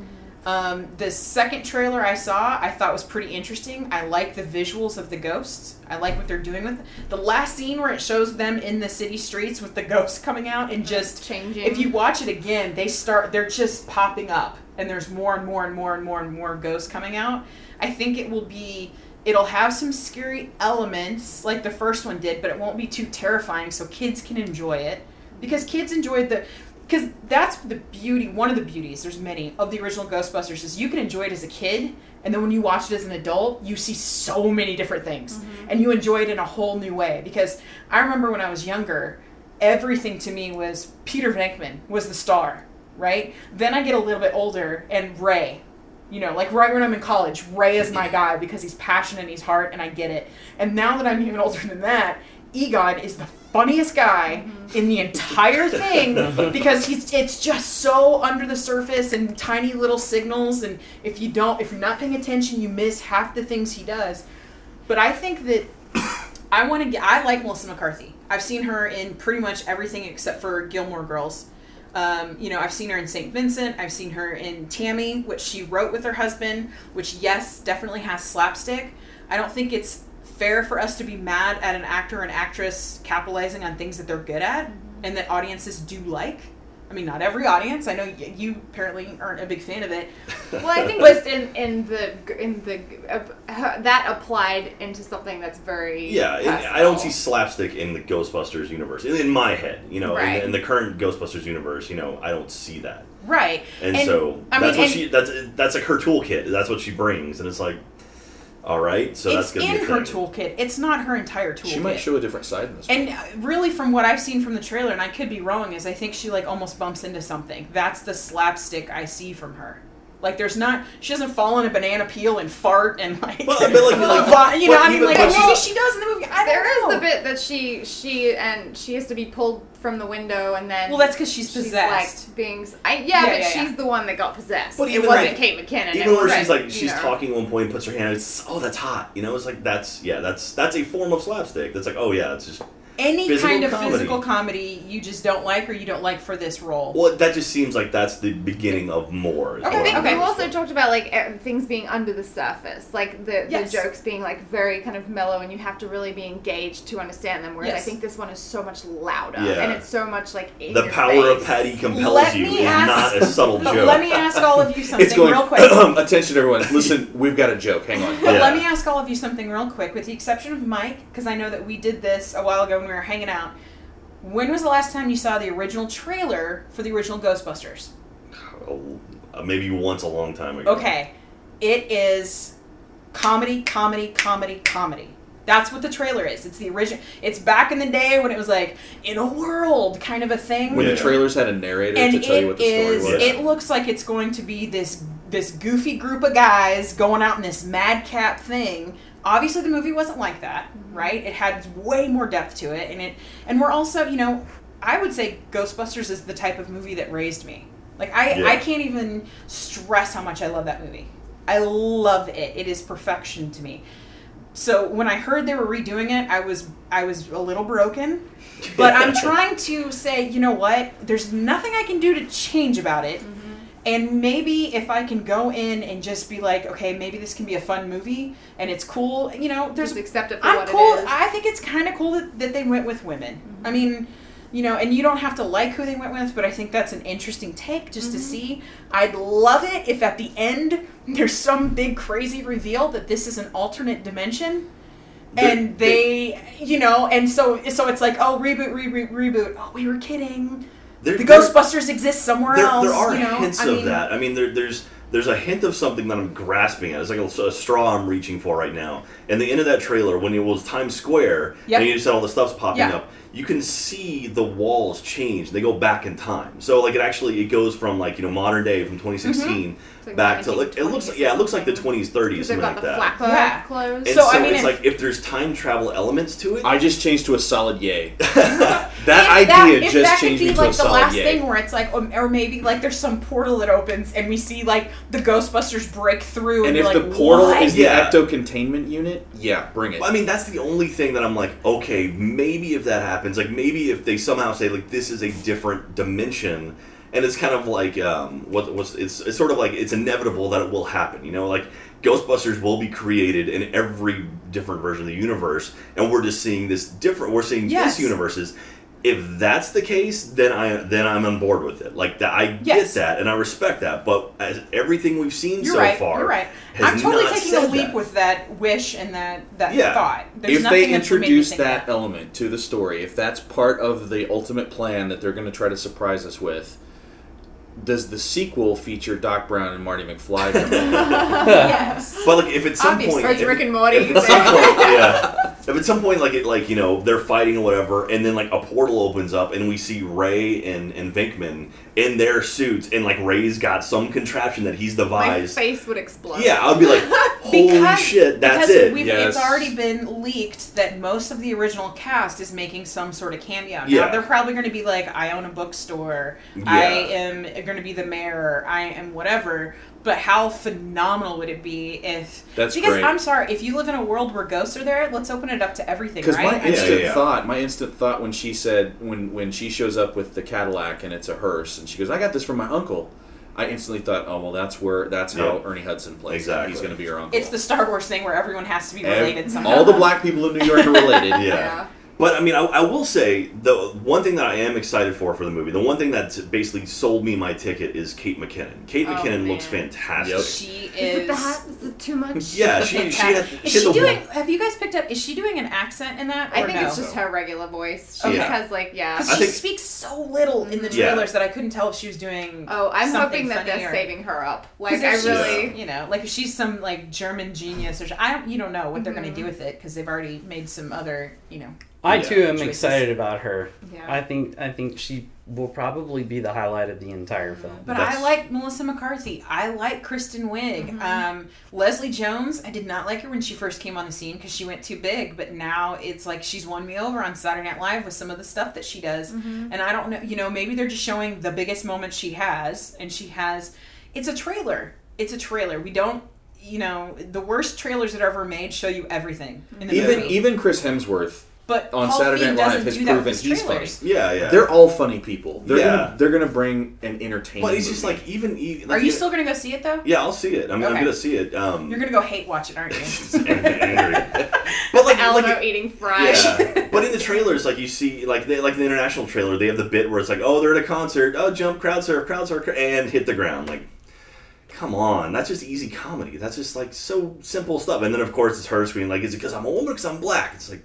Um, the second trailer I saw, I thought was pretty interesting. I like the visuals of the ghosts. I like what they're doing with the last scene where it shows them in the city streets with the ghosts coming out Mm-hmm. and just changing. if you watch it again, they start they're just popping up and there's more and more and more and more and more ghosts coming out. I think it will be it'll have some scary elements like the first one did, but it won't be too terrifying so kids can enjoy it because kids enjoyed the because that's the beauty one of the beauties there's many of the original ghostbusters is you can enjoy it as a kid and then when you watch it as an adult you see so many different things and you enjoy it in a whole new way because i remember when i was younger everything to me was peter venkman was the star right then i get a little bit older and ray you know like right when i'm in college ray is my guy because he's passionate and he's hard and i get it and now that i'm even older than that egon is the funniest guy in the entire thing because he's it's just so under the surface and tiny little signals and if you don't if you're not paying attention you miss half the things he does but i think that i want to get i like melissa mccarthy i've seen her in pretty much everything except for gilmore girls um, you know i've seen her in st vincent i've seen her in tammy which she wrote with her husband which yes definitely has slapstick i don't think it's fair for us to be mad at an actor and actress capitalizing on things that they're good at and that audiences do like i mean not every audience i know y- you apparently aren't a big fan of it Well, I think just in in the in the uh, that applied into something that's very Yeah, and personal. I don't see slapstick in the Ghostbusters universe. In, in my head, you know, in, Right. the, in the current Ghostbusters universe, you know, I don't see that. right And, And, so I that's mean, what and- she that's that's like her toolkit. That's what she brings, and it's like, all right, so that's it's gonna in be a her thing. toolkit it's not her entire toolkit She might show a different side in this. And uh, really, from what I've seen from the trailer, and I could be wrong, is I think she like almost bumps into something. That's the slapstick I see from her. Like, there's not she doesn't fall in a banana peel and fart and like, Well, but, like- Well, like- you know, but I mean, even- like but maybe she's- she does in the movie. I There don't is know. the bit that she she and she has to be pulled from the window and then Well, that's because she's she's possessed. like being I, yeah, Yeah, but yeah, she's yeah. the one that got possessed. But it even wasn't like- Kate McKinnon. Even it where she's wasn't, like, you she's know. talking at one point, puts her hand, out, it's oh, that's hot. You know, it's like that's yeah, that's that's a form of slapstick. That's like oh yeah, it's just Any physical kind of comedy. physical comedy you just don't like or you don't like for this role. well, that just seems like that's the beginning of more. is what Okay, I I'm think okay. you also saying. talked about like eh, things being under the surface, like the, Yes. the jokes being like very kind of mellow, and you have to really be engaged to understand them. Whereas I Yes. think this one is so much louder, Yeah. and it's so much like in the your power of face. Patty compels Let you me is ask- not a subtle But joke. let me ask all of you something It's going. real quick. Attention, everyone! Listen, we've got a joke. Hang on. But Yeah. let me ask all of you something real quick, with the exception of Mike, because I know that we did this a while ago when we were hanging out. When was the last time you saw the original trailer for the original Ghostbusters? Uh, maybe once a long time ago. Okay, it is comedy, comedy, comedy, comedy. That's what the trailer is. It's the original. It's back in the day when it was like in a world kind of a thing. When Yeah. the trailers had a narrator and to it tell you what the is- story was. It looks like it's going to be this this goofy group of guys going out in this madcap thing obviously the movie wasn't like that right it had way more depth to it and it and we're also you know i would say ghostbusters is the type of movie that raised me like i Yeah. i can't even stress how much i love that movie i love it it is perfection to me so when i heard they were redoing it i was i was a little broken but i'm trying to say you know what there's nothing i can do to change about it and maybe if I can go in and just be like, okay, maybe this can be a fun movie and it's cool, you know, there's Just accept it for I'm what cool. it is. I think it's kind of cool that, that they went with women. Mm-hmm. I mean, you know, and you don't have to like who they went with, but I think that's an interesting take just to Mm-hmm. see. I'd love it if at the end there's some big crazy reveal that this is an alternate dimension. And they, you know, and so so it's like, oh, reboot, reboot, reboot. Oh, we were kidding. There- The there- Ghostbusters exist somewhere there, else. there are you know? hints I of mean- that. I mean, there, there's there's a hint of something that I'm grasping at. It's like a, a straw I'm reaching for right now. And the end of that trailer, when it was Times Square, Yep. and you said all the stuff's popping Yeah. up, you can see the walls change. They go back in time. So like it actually it goes from like you know modern day from 2016 Mm-hmm. like back to like it looks 1920s yeah it looks like the or 20s 30s Because something they've got like the that. flap Yeah. clothes. And So, so, I mean, it's if- like if there's time travel elements to it, I just changed to a solid yay. If That idea if just that changed could be me to like a the solid last yay. thing where it's like, um, or maybe like there's some portal that opens and we see like the Ghostbusters break through, and and, if you're the like, portal what? is Yeah. the ecto containment unit, yeah, bring it. I mean, that's the only thing that I'm like, okay, maybe if that happens, like maybe if they somehow say like this is a different dimension, and it's kind of like um, what what's it's it's sort of like it's inevitable that it will happen, you know, like Ghostbusters will be created in every different version of the universe, and we're just seeing this different. We're seeing Yes. this universes. If that's the case, then I then I'm on board with it. Like that, I get Yes. that and I respect that. But as everything we've seen You're so right. far, you're right. has I'm totally not taking said a leap that. with that wish and that that Yeah. thought. There's if nothing they that's gonna make me introduce think that element to the story, if that's part of the ultimate plan that they're going to try to surprise us with, does the sequel feature Doc Brown and Marty McFly? uh, yes. But like, if at some Obviously. point, Or it's if- Rick and Morty. If at some point, yeah. If at some point, like it, like you know, they're fighting or whatever, and then like a portal opens up, and we see Ray and and Venkman in their suits, and like Ray's got some contraption that he's My devised. face would explode. Yeah, I'd be like, holy Because- shit, that's because it. We've, Yes. It's already been leaked that most of the original cast is making some sort of cameo. Now Yeah. they're probably going to be like, I own a bookstore. I am going to be the mayor. I am whatever. But how phenomenal would it be if? That's because great. I'm sorry, if you live in a world where ghosts are there, let's open it up to everything, Because right? my Yeah, instant yeah, yeah. thought, my instant thought when she said when when she shows up with the Cadillac and it's a hearse, and she goes, "I got this from my uncle." I instantly thought, "Oh well, that's where that's how Yeah. Ernie Hudson plays. it. Exactly. he's going to be your uncle." it's the Star Wars thing where everyone has to be Ev- related somehow. all the black people in New York are related. Yeah. But I mean, I, I will say the one thing that I am excited for for the movie, the one thing that's basically sold me my ticket is Kate McKinnon. Kate Oh, McKinnon looks man. fantastic. Yep. she Is it is. the hat? Is it too much? Yeah, she she had, she had Is she the doing? Have you guys picked up? Is she doing an accent in that? I or think no? it's just her regular voice. She Okay. just has like yeah. Because I she think- Mm-hmm. speaks so little in the Yeah. trailers that I couldn't tell if she was doing. Oh, I'm something hoping that funny they're or- saving her up. 'cause if Like I she's, really. you know, like if she's some like German genius or sh- I don't, you don't know what they're Mm-hmm. going to do with it because they've already made some other, you know. I Yeah. too am Choices. excited about her. Yeah. I think I think she will probably be the highlight of the entire film. But I That's- like Melissa McCarthy. I like Kristen Wiig. Um, Leslie Jones. I did not like her when she first came on the scene because she went too big. But now it's like she's won me over on Saturday Night Live with some of the stuff that she does. And I don't know. You know, maybe they're just showing the biggest moment she has, and she has. It's a trailer. It's a trailer. We don't. You know, the worst trailers that are ever made show you everything. In the Mm-hmm. Even movie. even Chris Hemsworth, but on Paul Saturday Feig Night Live doesn't has do that with proven his he's trailers. Yeah, yeah. they're all funny people. They're Yeah. gonna they're gonna bring an entertainment. but it's just movie. like even. even Are like, you even- still gonna go see it though? Yeah, I'll see it. I'm, I'm Okay. gonna see it. Um, You're gonna go hate watch it, aren't you? angry. But like, Alamo like eating fries. yeah. But in the trailers, like you see, like they like the international trailer, they have the bit where it's like, oh, they're at a concert. Oh, jump, crowd surf, crowd surf, cr- and hit the ground. Like, come on, that's just easy comedy. That's just like so simple stuff. And then of course it's her screen. Like, is it because I'm older? Because I'm black? It's like.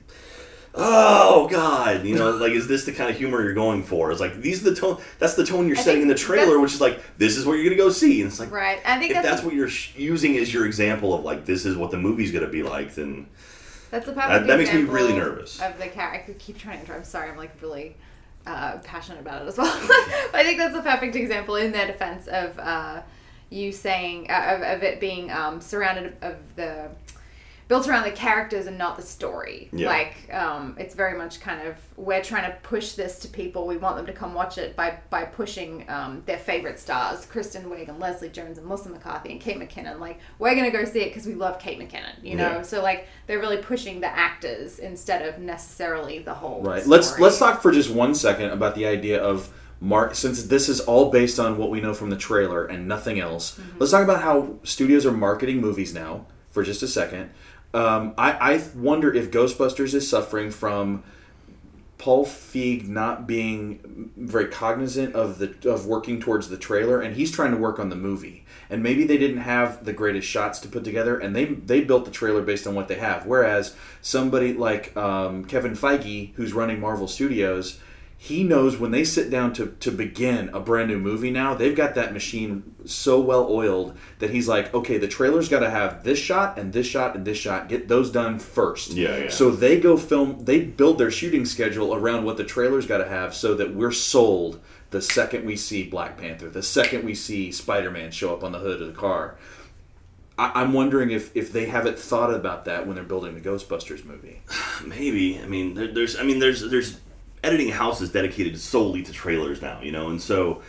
Oh God! You know, like, is this the kind of humor you're going for? It's like these are the tone. That's the tone you're I setting in the think trailer, that's- which is like, this is what you're gonna go see. And it's like, Right. I think if that's that's what you're sh- using as your example of like this is what the movie's gonna be like, then That's the that, perfect that makes me example really nervous. Of the car, I could keep trying to. I'm sorry. I'm like really uh, passionate about it as well. But I think that's a perfect example in their defense of uh, you saying uh, of, of it being um, surrounded of the built around the characters and not the story. Yeah. Like um, it's very much kind of we're trying to push this to people. We want them to come watch it by by pushing um, their favorite stars, Kristen Wiig and Leslie Jones and Melissa McCarthy and Kate McKinnon. Like we're gonna go see it because we love Kate McKinnon. You know, Yeah. so like they're really pushing the actors instead of necessarily the whole. Right. Let's story. let's talk for just one second about the idea of Mark. Since this is all based on what we know from the trailer and nothing else, Mm-hmm. let's talk about how studios are marketing movies now for just a second. Um, I, I wonder if Ghostbusters is suffering from Paul Feig not being very cognizant of the of working towards the trailer, and he's trying to work on the movie. And maybe they didn't have the greatest shots to put together, and they they built the trailer based on what they have. Whereas somebody like um, Kevin Feige, who's running Marvel Studios, he knows when they sit down to to begin a brand new movie. Now they've got that machine so well oiled that he's like, okay, the trailer's got to have this shot and this shot and this shot. Get those done first. Yeah, yeah. So so they go film, they build their shooting schedule around what the trailer's got to have so that we're sold the second we see Black Panther, the second we see Spider Man show up on the hood of the car. I, I'm wondering if, if they haven't thought about that when they're building the Ghostbusters movie. Maybe. I mean, there, there's. I mean, there's. There's editing houses dedicated solely to trailers now. You know, and so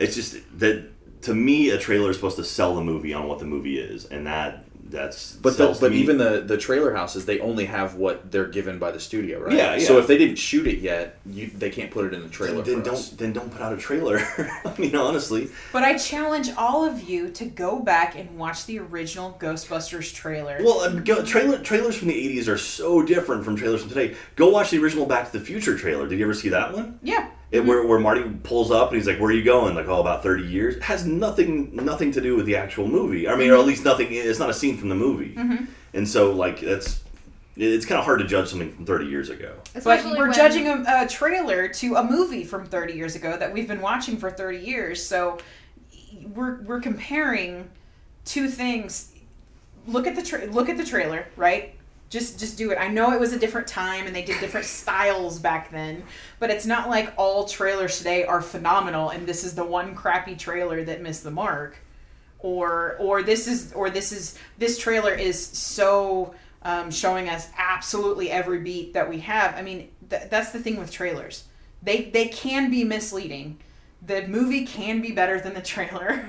it's just that to me, a trailer is supposed to sell the movie on what the movie is, and that that's. But the, sells to but me. even the, the trailer houses, they only have what they're given by the studio, right? Yeah, So yeah. if they didn't shoot it yet, you, they can't put it in the trailer. then, then for don't us. then don't put out a trailer. I mean, honestly, But I challenge all of you to go back and watch the original Ghostbusters trailer. well, um, go, trailer trailers from the '80s are so different from trailers from today. Go watch the original Back to the Future trailer. Did you ever see that one? yeah. It, where, where Marty pulls up and he's like, "Where are you going?" Like, "Oh, about thirty years." It has nothing nothing to do with the actual movie. I mean, or at least nothing. It's not a scene from the movie. Mm-hmm. And so, like, that's it- it's kind of hard to judge something from thirty years ago. But Especially we're when- judging a, a trailer to a movie from 30 years ago that we've been watching for 30 years. So we're we're comparing two things. Look at the tra- look at the trailer, right? Just just do it. I know it was a different time and they did different styles back then, but it's not like all trailers today are phenomenal and this is the one crappy trailer that missed the mark. Or or this is or this is this trailer is so um, showing us absolutely every beat that we have. I mean, th- that's the thing with trailers. They they can be misleading. The movie can be better than the trailer.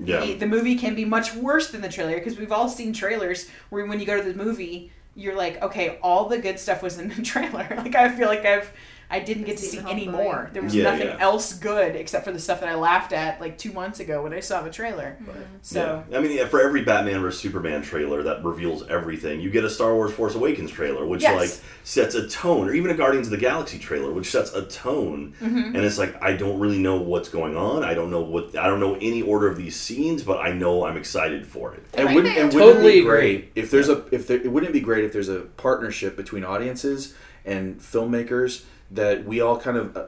The, the movie can be much worse than the trailer because we've all seen trailers where when you go to the movie, you're like, okay, all the good stuff was in the trailer. like I feel like I've I didn't get to Seen see the whole any movie. more. There was Yeah, nothing yeah. else good except for the stuff that I laughed at like two months ago when I saw the trailer. So Yeah. I mean, yeah, for every Batman or Superman trailer that reveals everything, you get a Star Wars Force Awakens trailer, which Yes. like sets a tone, or even a Guardians of the Galaxy trailer, which sets a tone. Mm-hmm. And it's like I don't really know what's going on. I don't know what I don't know any order of these scenes, but I know I'm excited for it. And Right wouldn't, there. and wouldn't it Totally be agree. great if there's a if there, it wouldn't it be great if there's a partnership between audiences and filmmakers that we all kind of uh,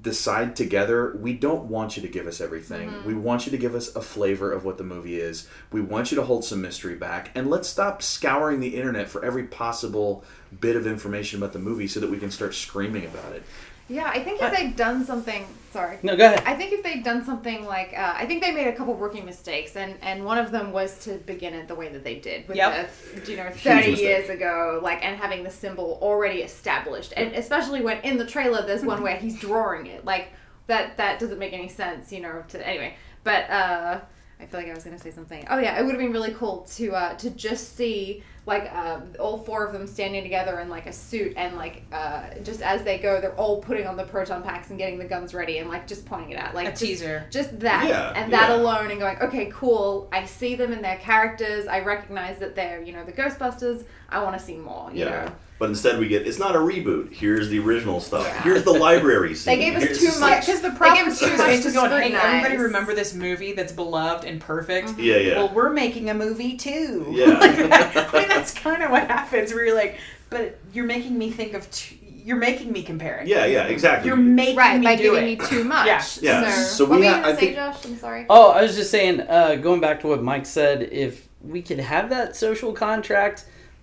decide together we don't want you to give us everything we want you to give us a flavor of what the movie is we want you to hold some mystery back and let's stop scouring the internet for every possible bit of information about the movie so that we can start screaming about it Yeah, I think if they'd done something, sorry. No, go ahead. I think if they'd done something like, uh, I think they made a couple working mistakes, and, and one of them was to begin it the way that they did with Yep. the, you know, 30 mistake. years ago, like, and having the symbol already established, and especially when in the trailer there's one where he's drawing it, like that that doesn't make any sense, you know. To anyway, but uh, I feel like I was gonna say something. Oh yeah, it would have been really cool to uh, to just see like uh, all four of them standing together in like a suit and like uh, just as they go, they're all putting on the proton packs and getting the guns ready and like just pointing it out, like a just- teaser. just that Yeah, and that yeah. alone and going okay cool i see them in their characters i recognize that they're you know the ghostbusters i want to see more you Yeah. know But instead, we get it's not a reboot. Here's the original stuff. Yeah. Here's the library scene. they gave us Here's too the- much Because the they problem gave us too too much is to to go and hey, scrutinize. everybody remember this movie that's beloved and perfect. Mm-hmm. Yeah, yeah. Well, we're making a movie too. Yeah. Like that- I mean, that's kind of what happens. Where you're like, but you're making me think of, t- you're making me compare it. yeah, yeah, exactly. You're making right me by do giving it. me too much Yeah. Yeah. so, So we what were you ha- gonna I say think- josh i'm sorry Oh, I was just saying, uh, going back to what Mike said, if we could have that social contract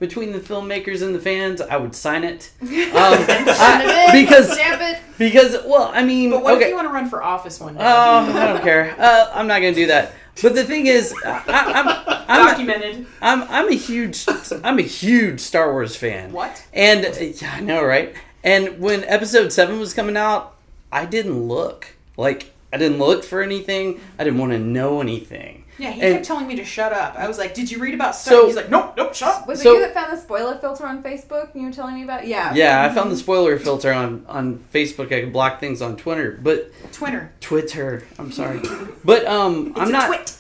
between the filmmakers and the fans, I would sign it. Um, I- because, Stamp it. because, well, I mean, But what okay. if you want to run for office one day? Uh, Oh, I don't care. Uh, I'm not gonna do that. But the thing is, I, I'm I'm, documented. I'm I'm a huge I'm a huge Star Wars fan. What? And yeah, I know, right? And when Episode Seven was coming out, I didn't look. Like I didn't look for anything. I didn't want to know anything. Yeah, he And- kept telling me to shut up. I was like, "Did you read about stuff?" So- He's like, "Nope, nope, shut up." Was So- it you that found the spoiler filter on Facebook? and You were telling me about? Yeah. Yeah, I found the spoiler filter on on Facebook. I could block things on Twitter, but Twitter. Twitter. I'm sorry, but um, It's I'm a not. twit.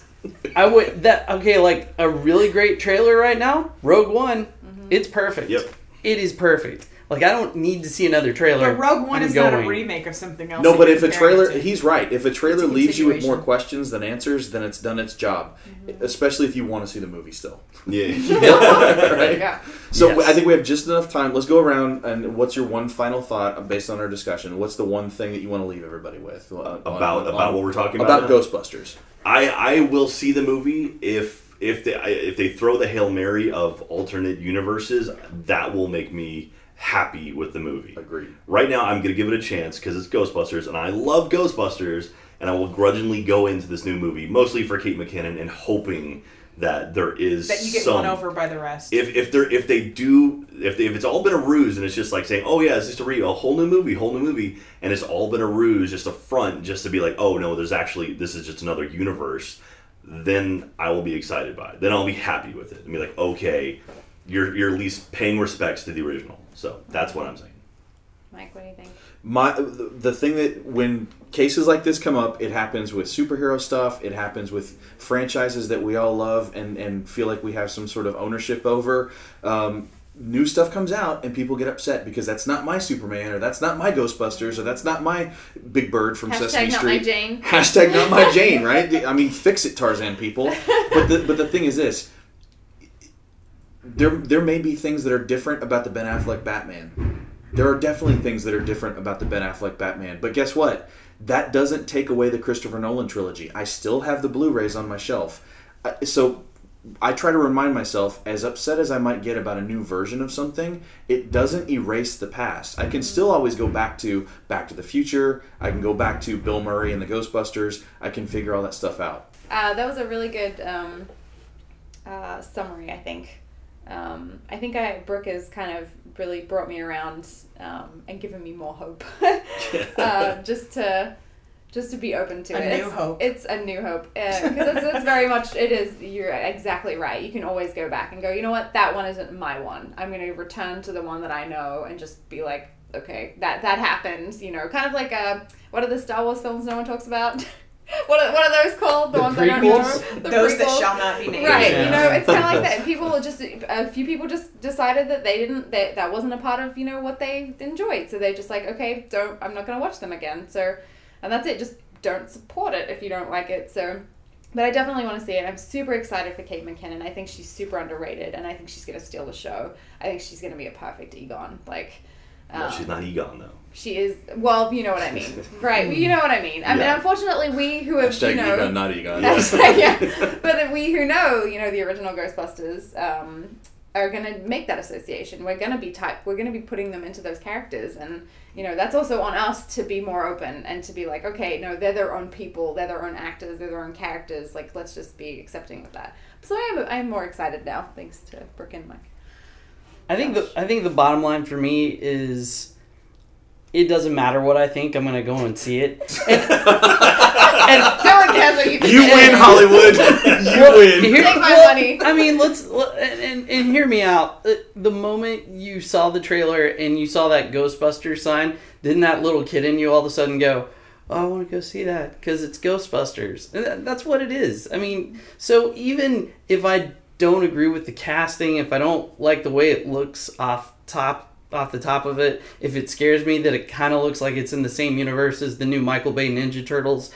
I would that okay. Like a really great trailer right now, Rogue One. Mm-hmm. It's perfect. Yep. It is perfect. Like I don't need to see another trailer. But Rogue One I'm is not going. a remake of something else. No, that but you're if a comparing trailer, it to. he's right. If a trailer It's a leaves you with more continuation. questions than answers, then it's done its job. Especially if you want to see the movie still. Yeah. Right? Yeah. So Yes. I think we have just enough time. Let's go around and what's your one final thought based on our discussion? What's the one thing that you want to leave everybody with uh, on- about on- about what we're talking about. about now? Ghostbusters? I I will see the movie if if they I- if they throw the hail mary of alternate universes. That will make me happy with the movie. Agreed. Right now, I'm gonna give it a chance because it's Ghostbusters, and I love Ghostbusters, and I will grudgingly go into this new movie mostly for Kate McKinnon and hoping that there is that you get some won over by the rest. if if they're if they do if they, if it's all been a ruse and it's just like saying oh yeah it's just a re a whole new movie whole new movie and it's all been a ruse just a front just to be like oh no there's actually this is just another universe then I will be excited by it then I'll be happy with it and be like okay you're you're at least paying respects to the original so that's what I'm saying Mike, what do you think? my the the thing that when cases like this come up it happens with superhero stuff it happens with franchises that we all love and and feel like we have some sort of ownership over um, new stuff comes out and people get upset because that's not my superman or that's not my ghostbusters or that's not my big bird from sesame Hashtag not street my Jane. Hashtag not my Jane, right? I mean, fix it, Tarzan people. But the, but the thing is this: there there may be things that are different about the Ben Affleck Batman. There are definitely things that are different about the Ben Affleck Batman. But guess what? That doesn't take away the Christopher Nolan trilogy. I still have the Blu-rays on my shelf, I- so. I try to remind myself, as upset as I might get about a new version of something, it doesn't erase the past. I can still always go back to Back to the Future. I can go back to Bill Murray and the Ghostbusters. I can figure all that stuff out. Uh, that was a really good um, uh, summary, I think. Um, I think I Brooke has kind of really brought me around um, and given me more hope. uh, just to just to be open to A it. new It's- hope. It's a new hope Uh, because it's, it's very much it is. You're exactly right. You can always go back and go. You know what? That one isn't my one. I'm going to return to the one that I know and just be like, okay, that that happens. You know, kind of like uh what are the Star Wars films no one talks about? what are, what are those called? The, The ones I don't prequels? know. Those that prequels? shall not be named. Right, Yeah. you know, it's kind of like that. People just a few people just decided that they didn't that that wasn't a part of you know what they enjoyed, so they just like okay, don't I'm not gonna watch them again. So, and that's it. Just don't support it if you don't like it. So, but I definitely want to see it. I'm super excited for Kate McKinnon. I think she's super underrated, and I think she's gonna steal the show. I think she's gonna be a perfect Egon. Like, no um, she's not Egon though She is. Well, you know what I mean, right? You know what I mean. I mean, Yeah. unfortunately, we who have you know not Egon. yeah. But we who know, you know, the original Ghostbusters um, are going to make that association. We're going to be type. We're going to be putting them into those characters, and you know, that's also on us to be more open and to be like, okay, no, they're their own people, they're their own actors, they're their own characters. Like, let's just be accepting of that. So I am. I'm more excited now, thanks to Brooke and Mike. I think the I think the bottom line for me is it doesn't matter what I think. I'm gonna go and see it. And, and No one cares what you think. You win, Hollywood. Well, you win. here- Take my well, money. I mean, let's let- and, and and hear me out. Uh, The moment you saw the trailer and you saw that Ghostbuster sign, didn't that little kid in you all of a sudden go, "Oh, I want to go see that because it's Ghostbusters"? And that, that's what it is. I mean, so even if I don't agree with the casting, if I don't like the way it looks off top off the top of it, if it scares me that it kind of looks like it's in the same universe as the new Michael Bay Ninja Turtles,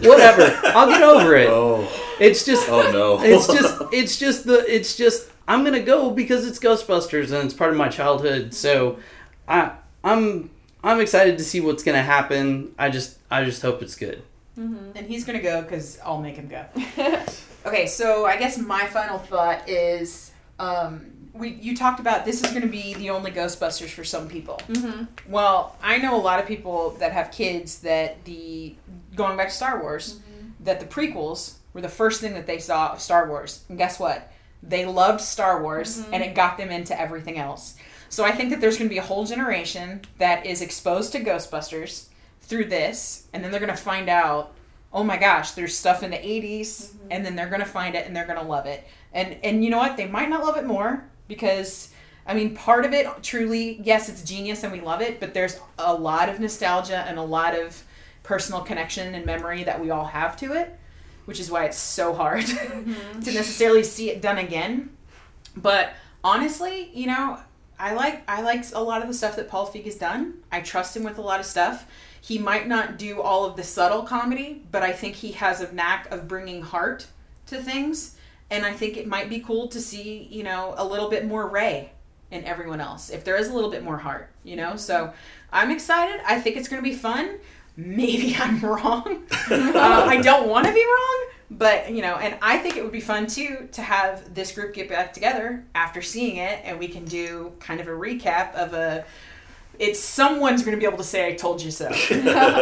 whatever, I'll get over it. Oh, It's just oh no. it's just it's just the it's just I'm gonna go because it's Ghostbusters and it's part of my childhood. So I I'm I'm excited to see what's gonna happen. I just I just hope it's good. And he's gonna go because I'll make him go. Mm-hmm. okay, so I guess my final thought is, um, we you talked about this is gonna be the only Ghostbusters for some people. Mm-hmm. Well, I know a lot of people that have kids that the going back to Star Wars, that the prequels were the first thing that they saw of Star Wars. And guess what? They loved Star Wars and it got them into everything else. So I think that there's going to be a whole generation that is exposed to Ghostbusters through this and then they're going to find out oh my gosh, there's stuff in the 80s and then they're going to find it and they're going to love it. And and you know what? They might not love it more because I mean, part of it truly, yes, it's genius and we love it, but there's a lot of nostalgia and a lot of personal connection and memory that we all have to it, which is why it's so hard to necessarily see it done again. But honestly, you know, I like I like a lot of the stuff that Paul Feig has done. I trust him with a lot of stuff. He might not do all of the subtle comedy, but I think he has a knack of bringing heart to things, and I think it might be cool to see, you know, a little bit more Ray in everyone else if there is a little bit more heart, you know. So I'm excited. I think it's going to be fun. Maybe I'm wrong. Uh, I don't want to be wrong, but you know, and I think it would be fun too to have this group get back together after seeing it, and we can do kind of a recap of a. It's someone's going to be able to say "I told you so."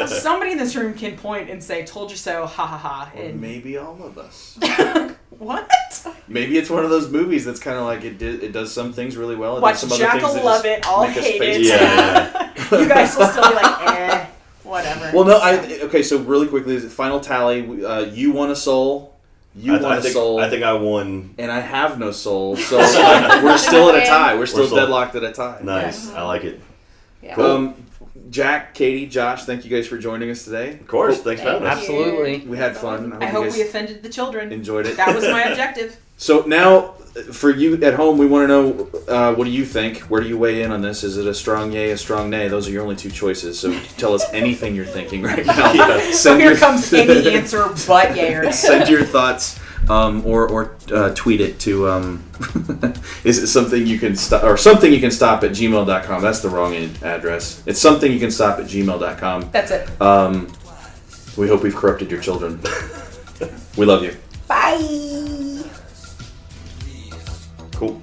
Somebody in this room can point and say "told you so," ha ha ha. Or And maybe all of us. what? Maybe it's one of those movies that's kind of like it. Did, it does some things really well. It Watch does some Jack other will things love that it, I'll make us hate it. face- Yeah, yeah, you guys will still be like, eh, whatever. Well, no, I So- okay. So really quickly, the final tally. we- Uh, you want a soul. You I, want th- I a think soul. I think I won. and I have no soul, so we're still at a tie. We're still sold. deadlocked at a tie. Nice, I like it. Yeah. Cool. Um, Jack, Katie, Josh, thank you guys for joining us today. Of course, thanks for Thank having us. Absolutely. We had fun. I hope, I hope you guys we offended the children. enjoyed it. That was my objective. so now, for you at home, we want to know uh, what do you think? Where do you weigh in on this? Is it a strong yay, a strong nay? Those are your only two choices. So tell us anything you're thinking right now. Yeah. So Send here your- comes any answer but yay or nay. send your thoughts um, or or uh, tweet it to um, is it something you can stop or something you can stop at gmail.com that's the wrong ad- address it's something you can stop at gmail.com That's it. um, we hope we've corrupted your children we love you Bye. Cool.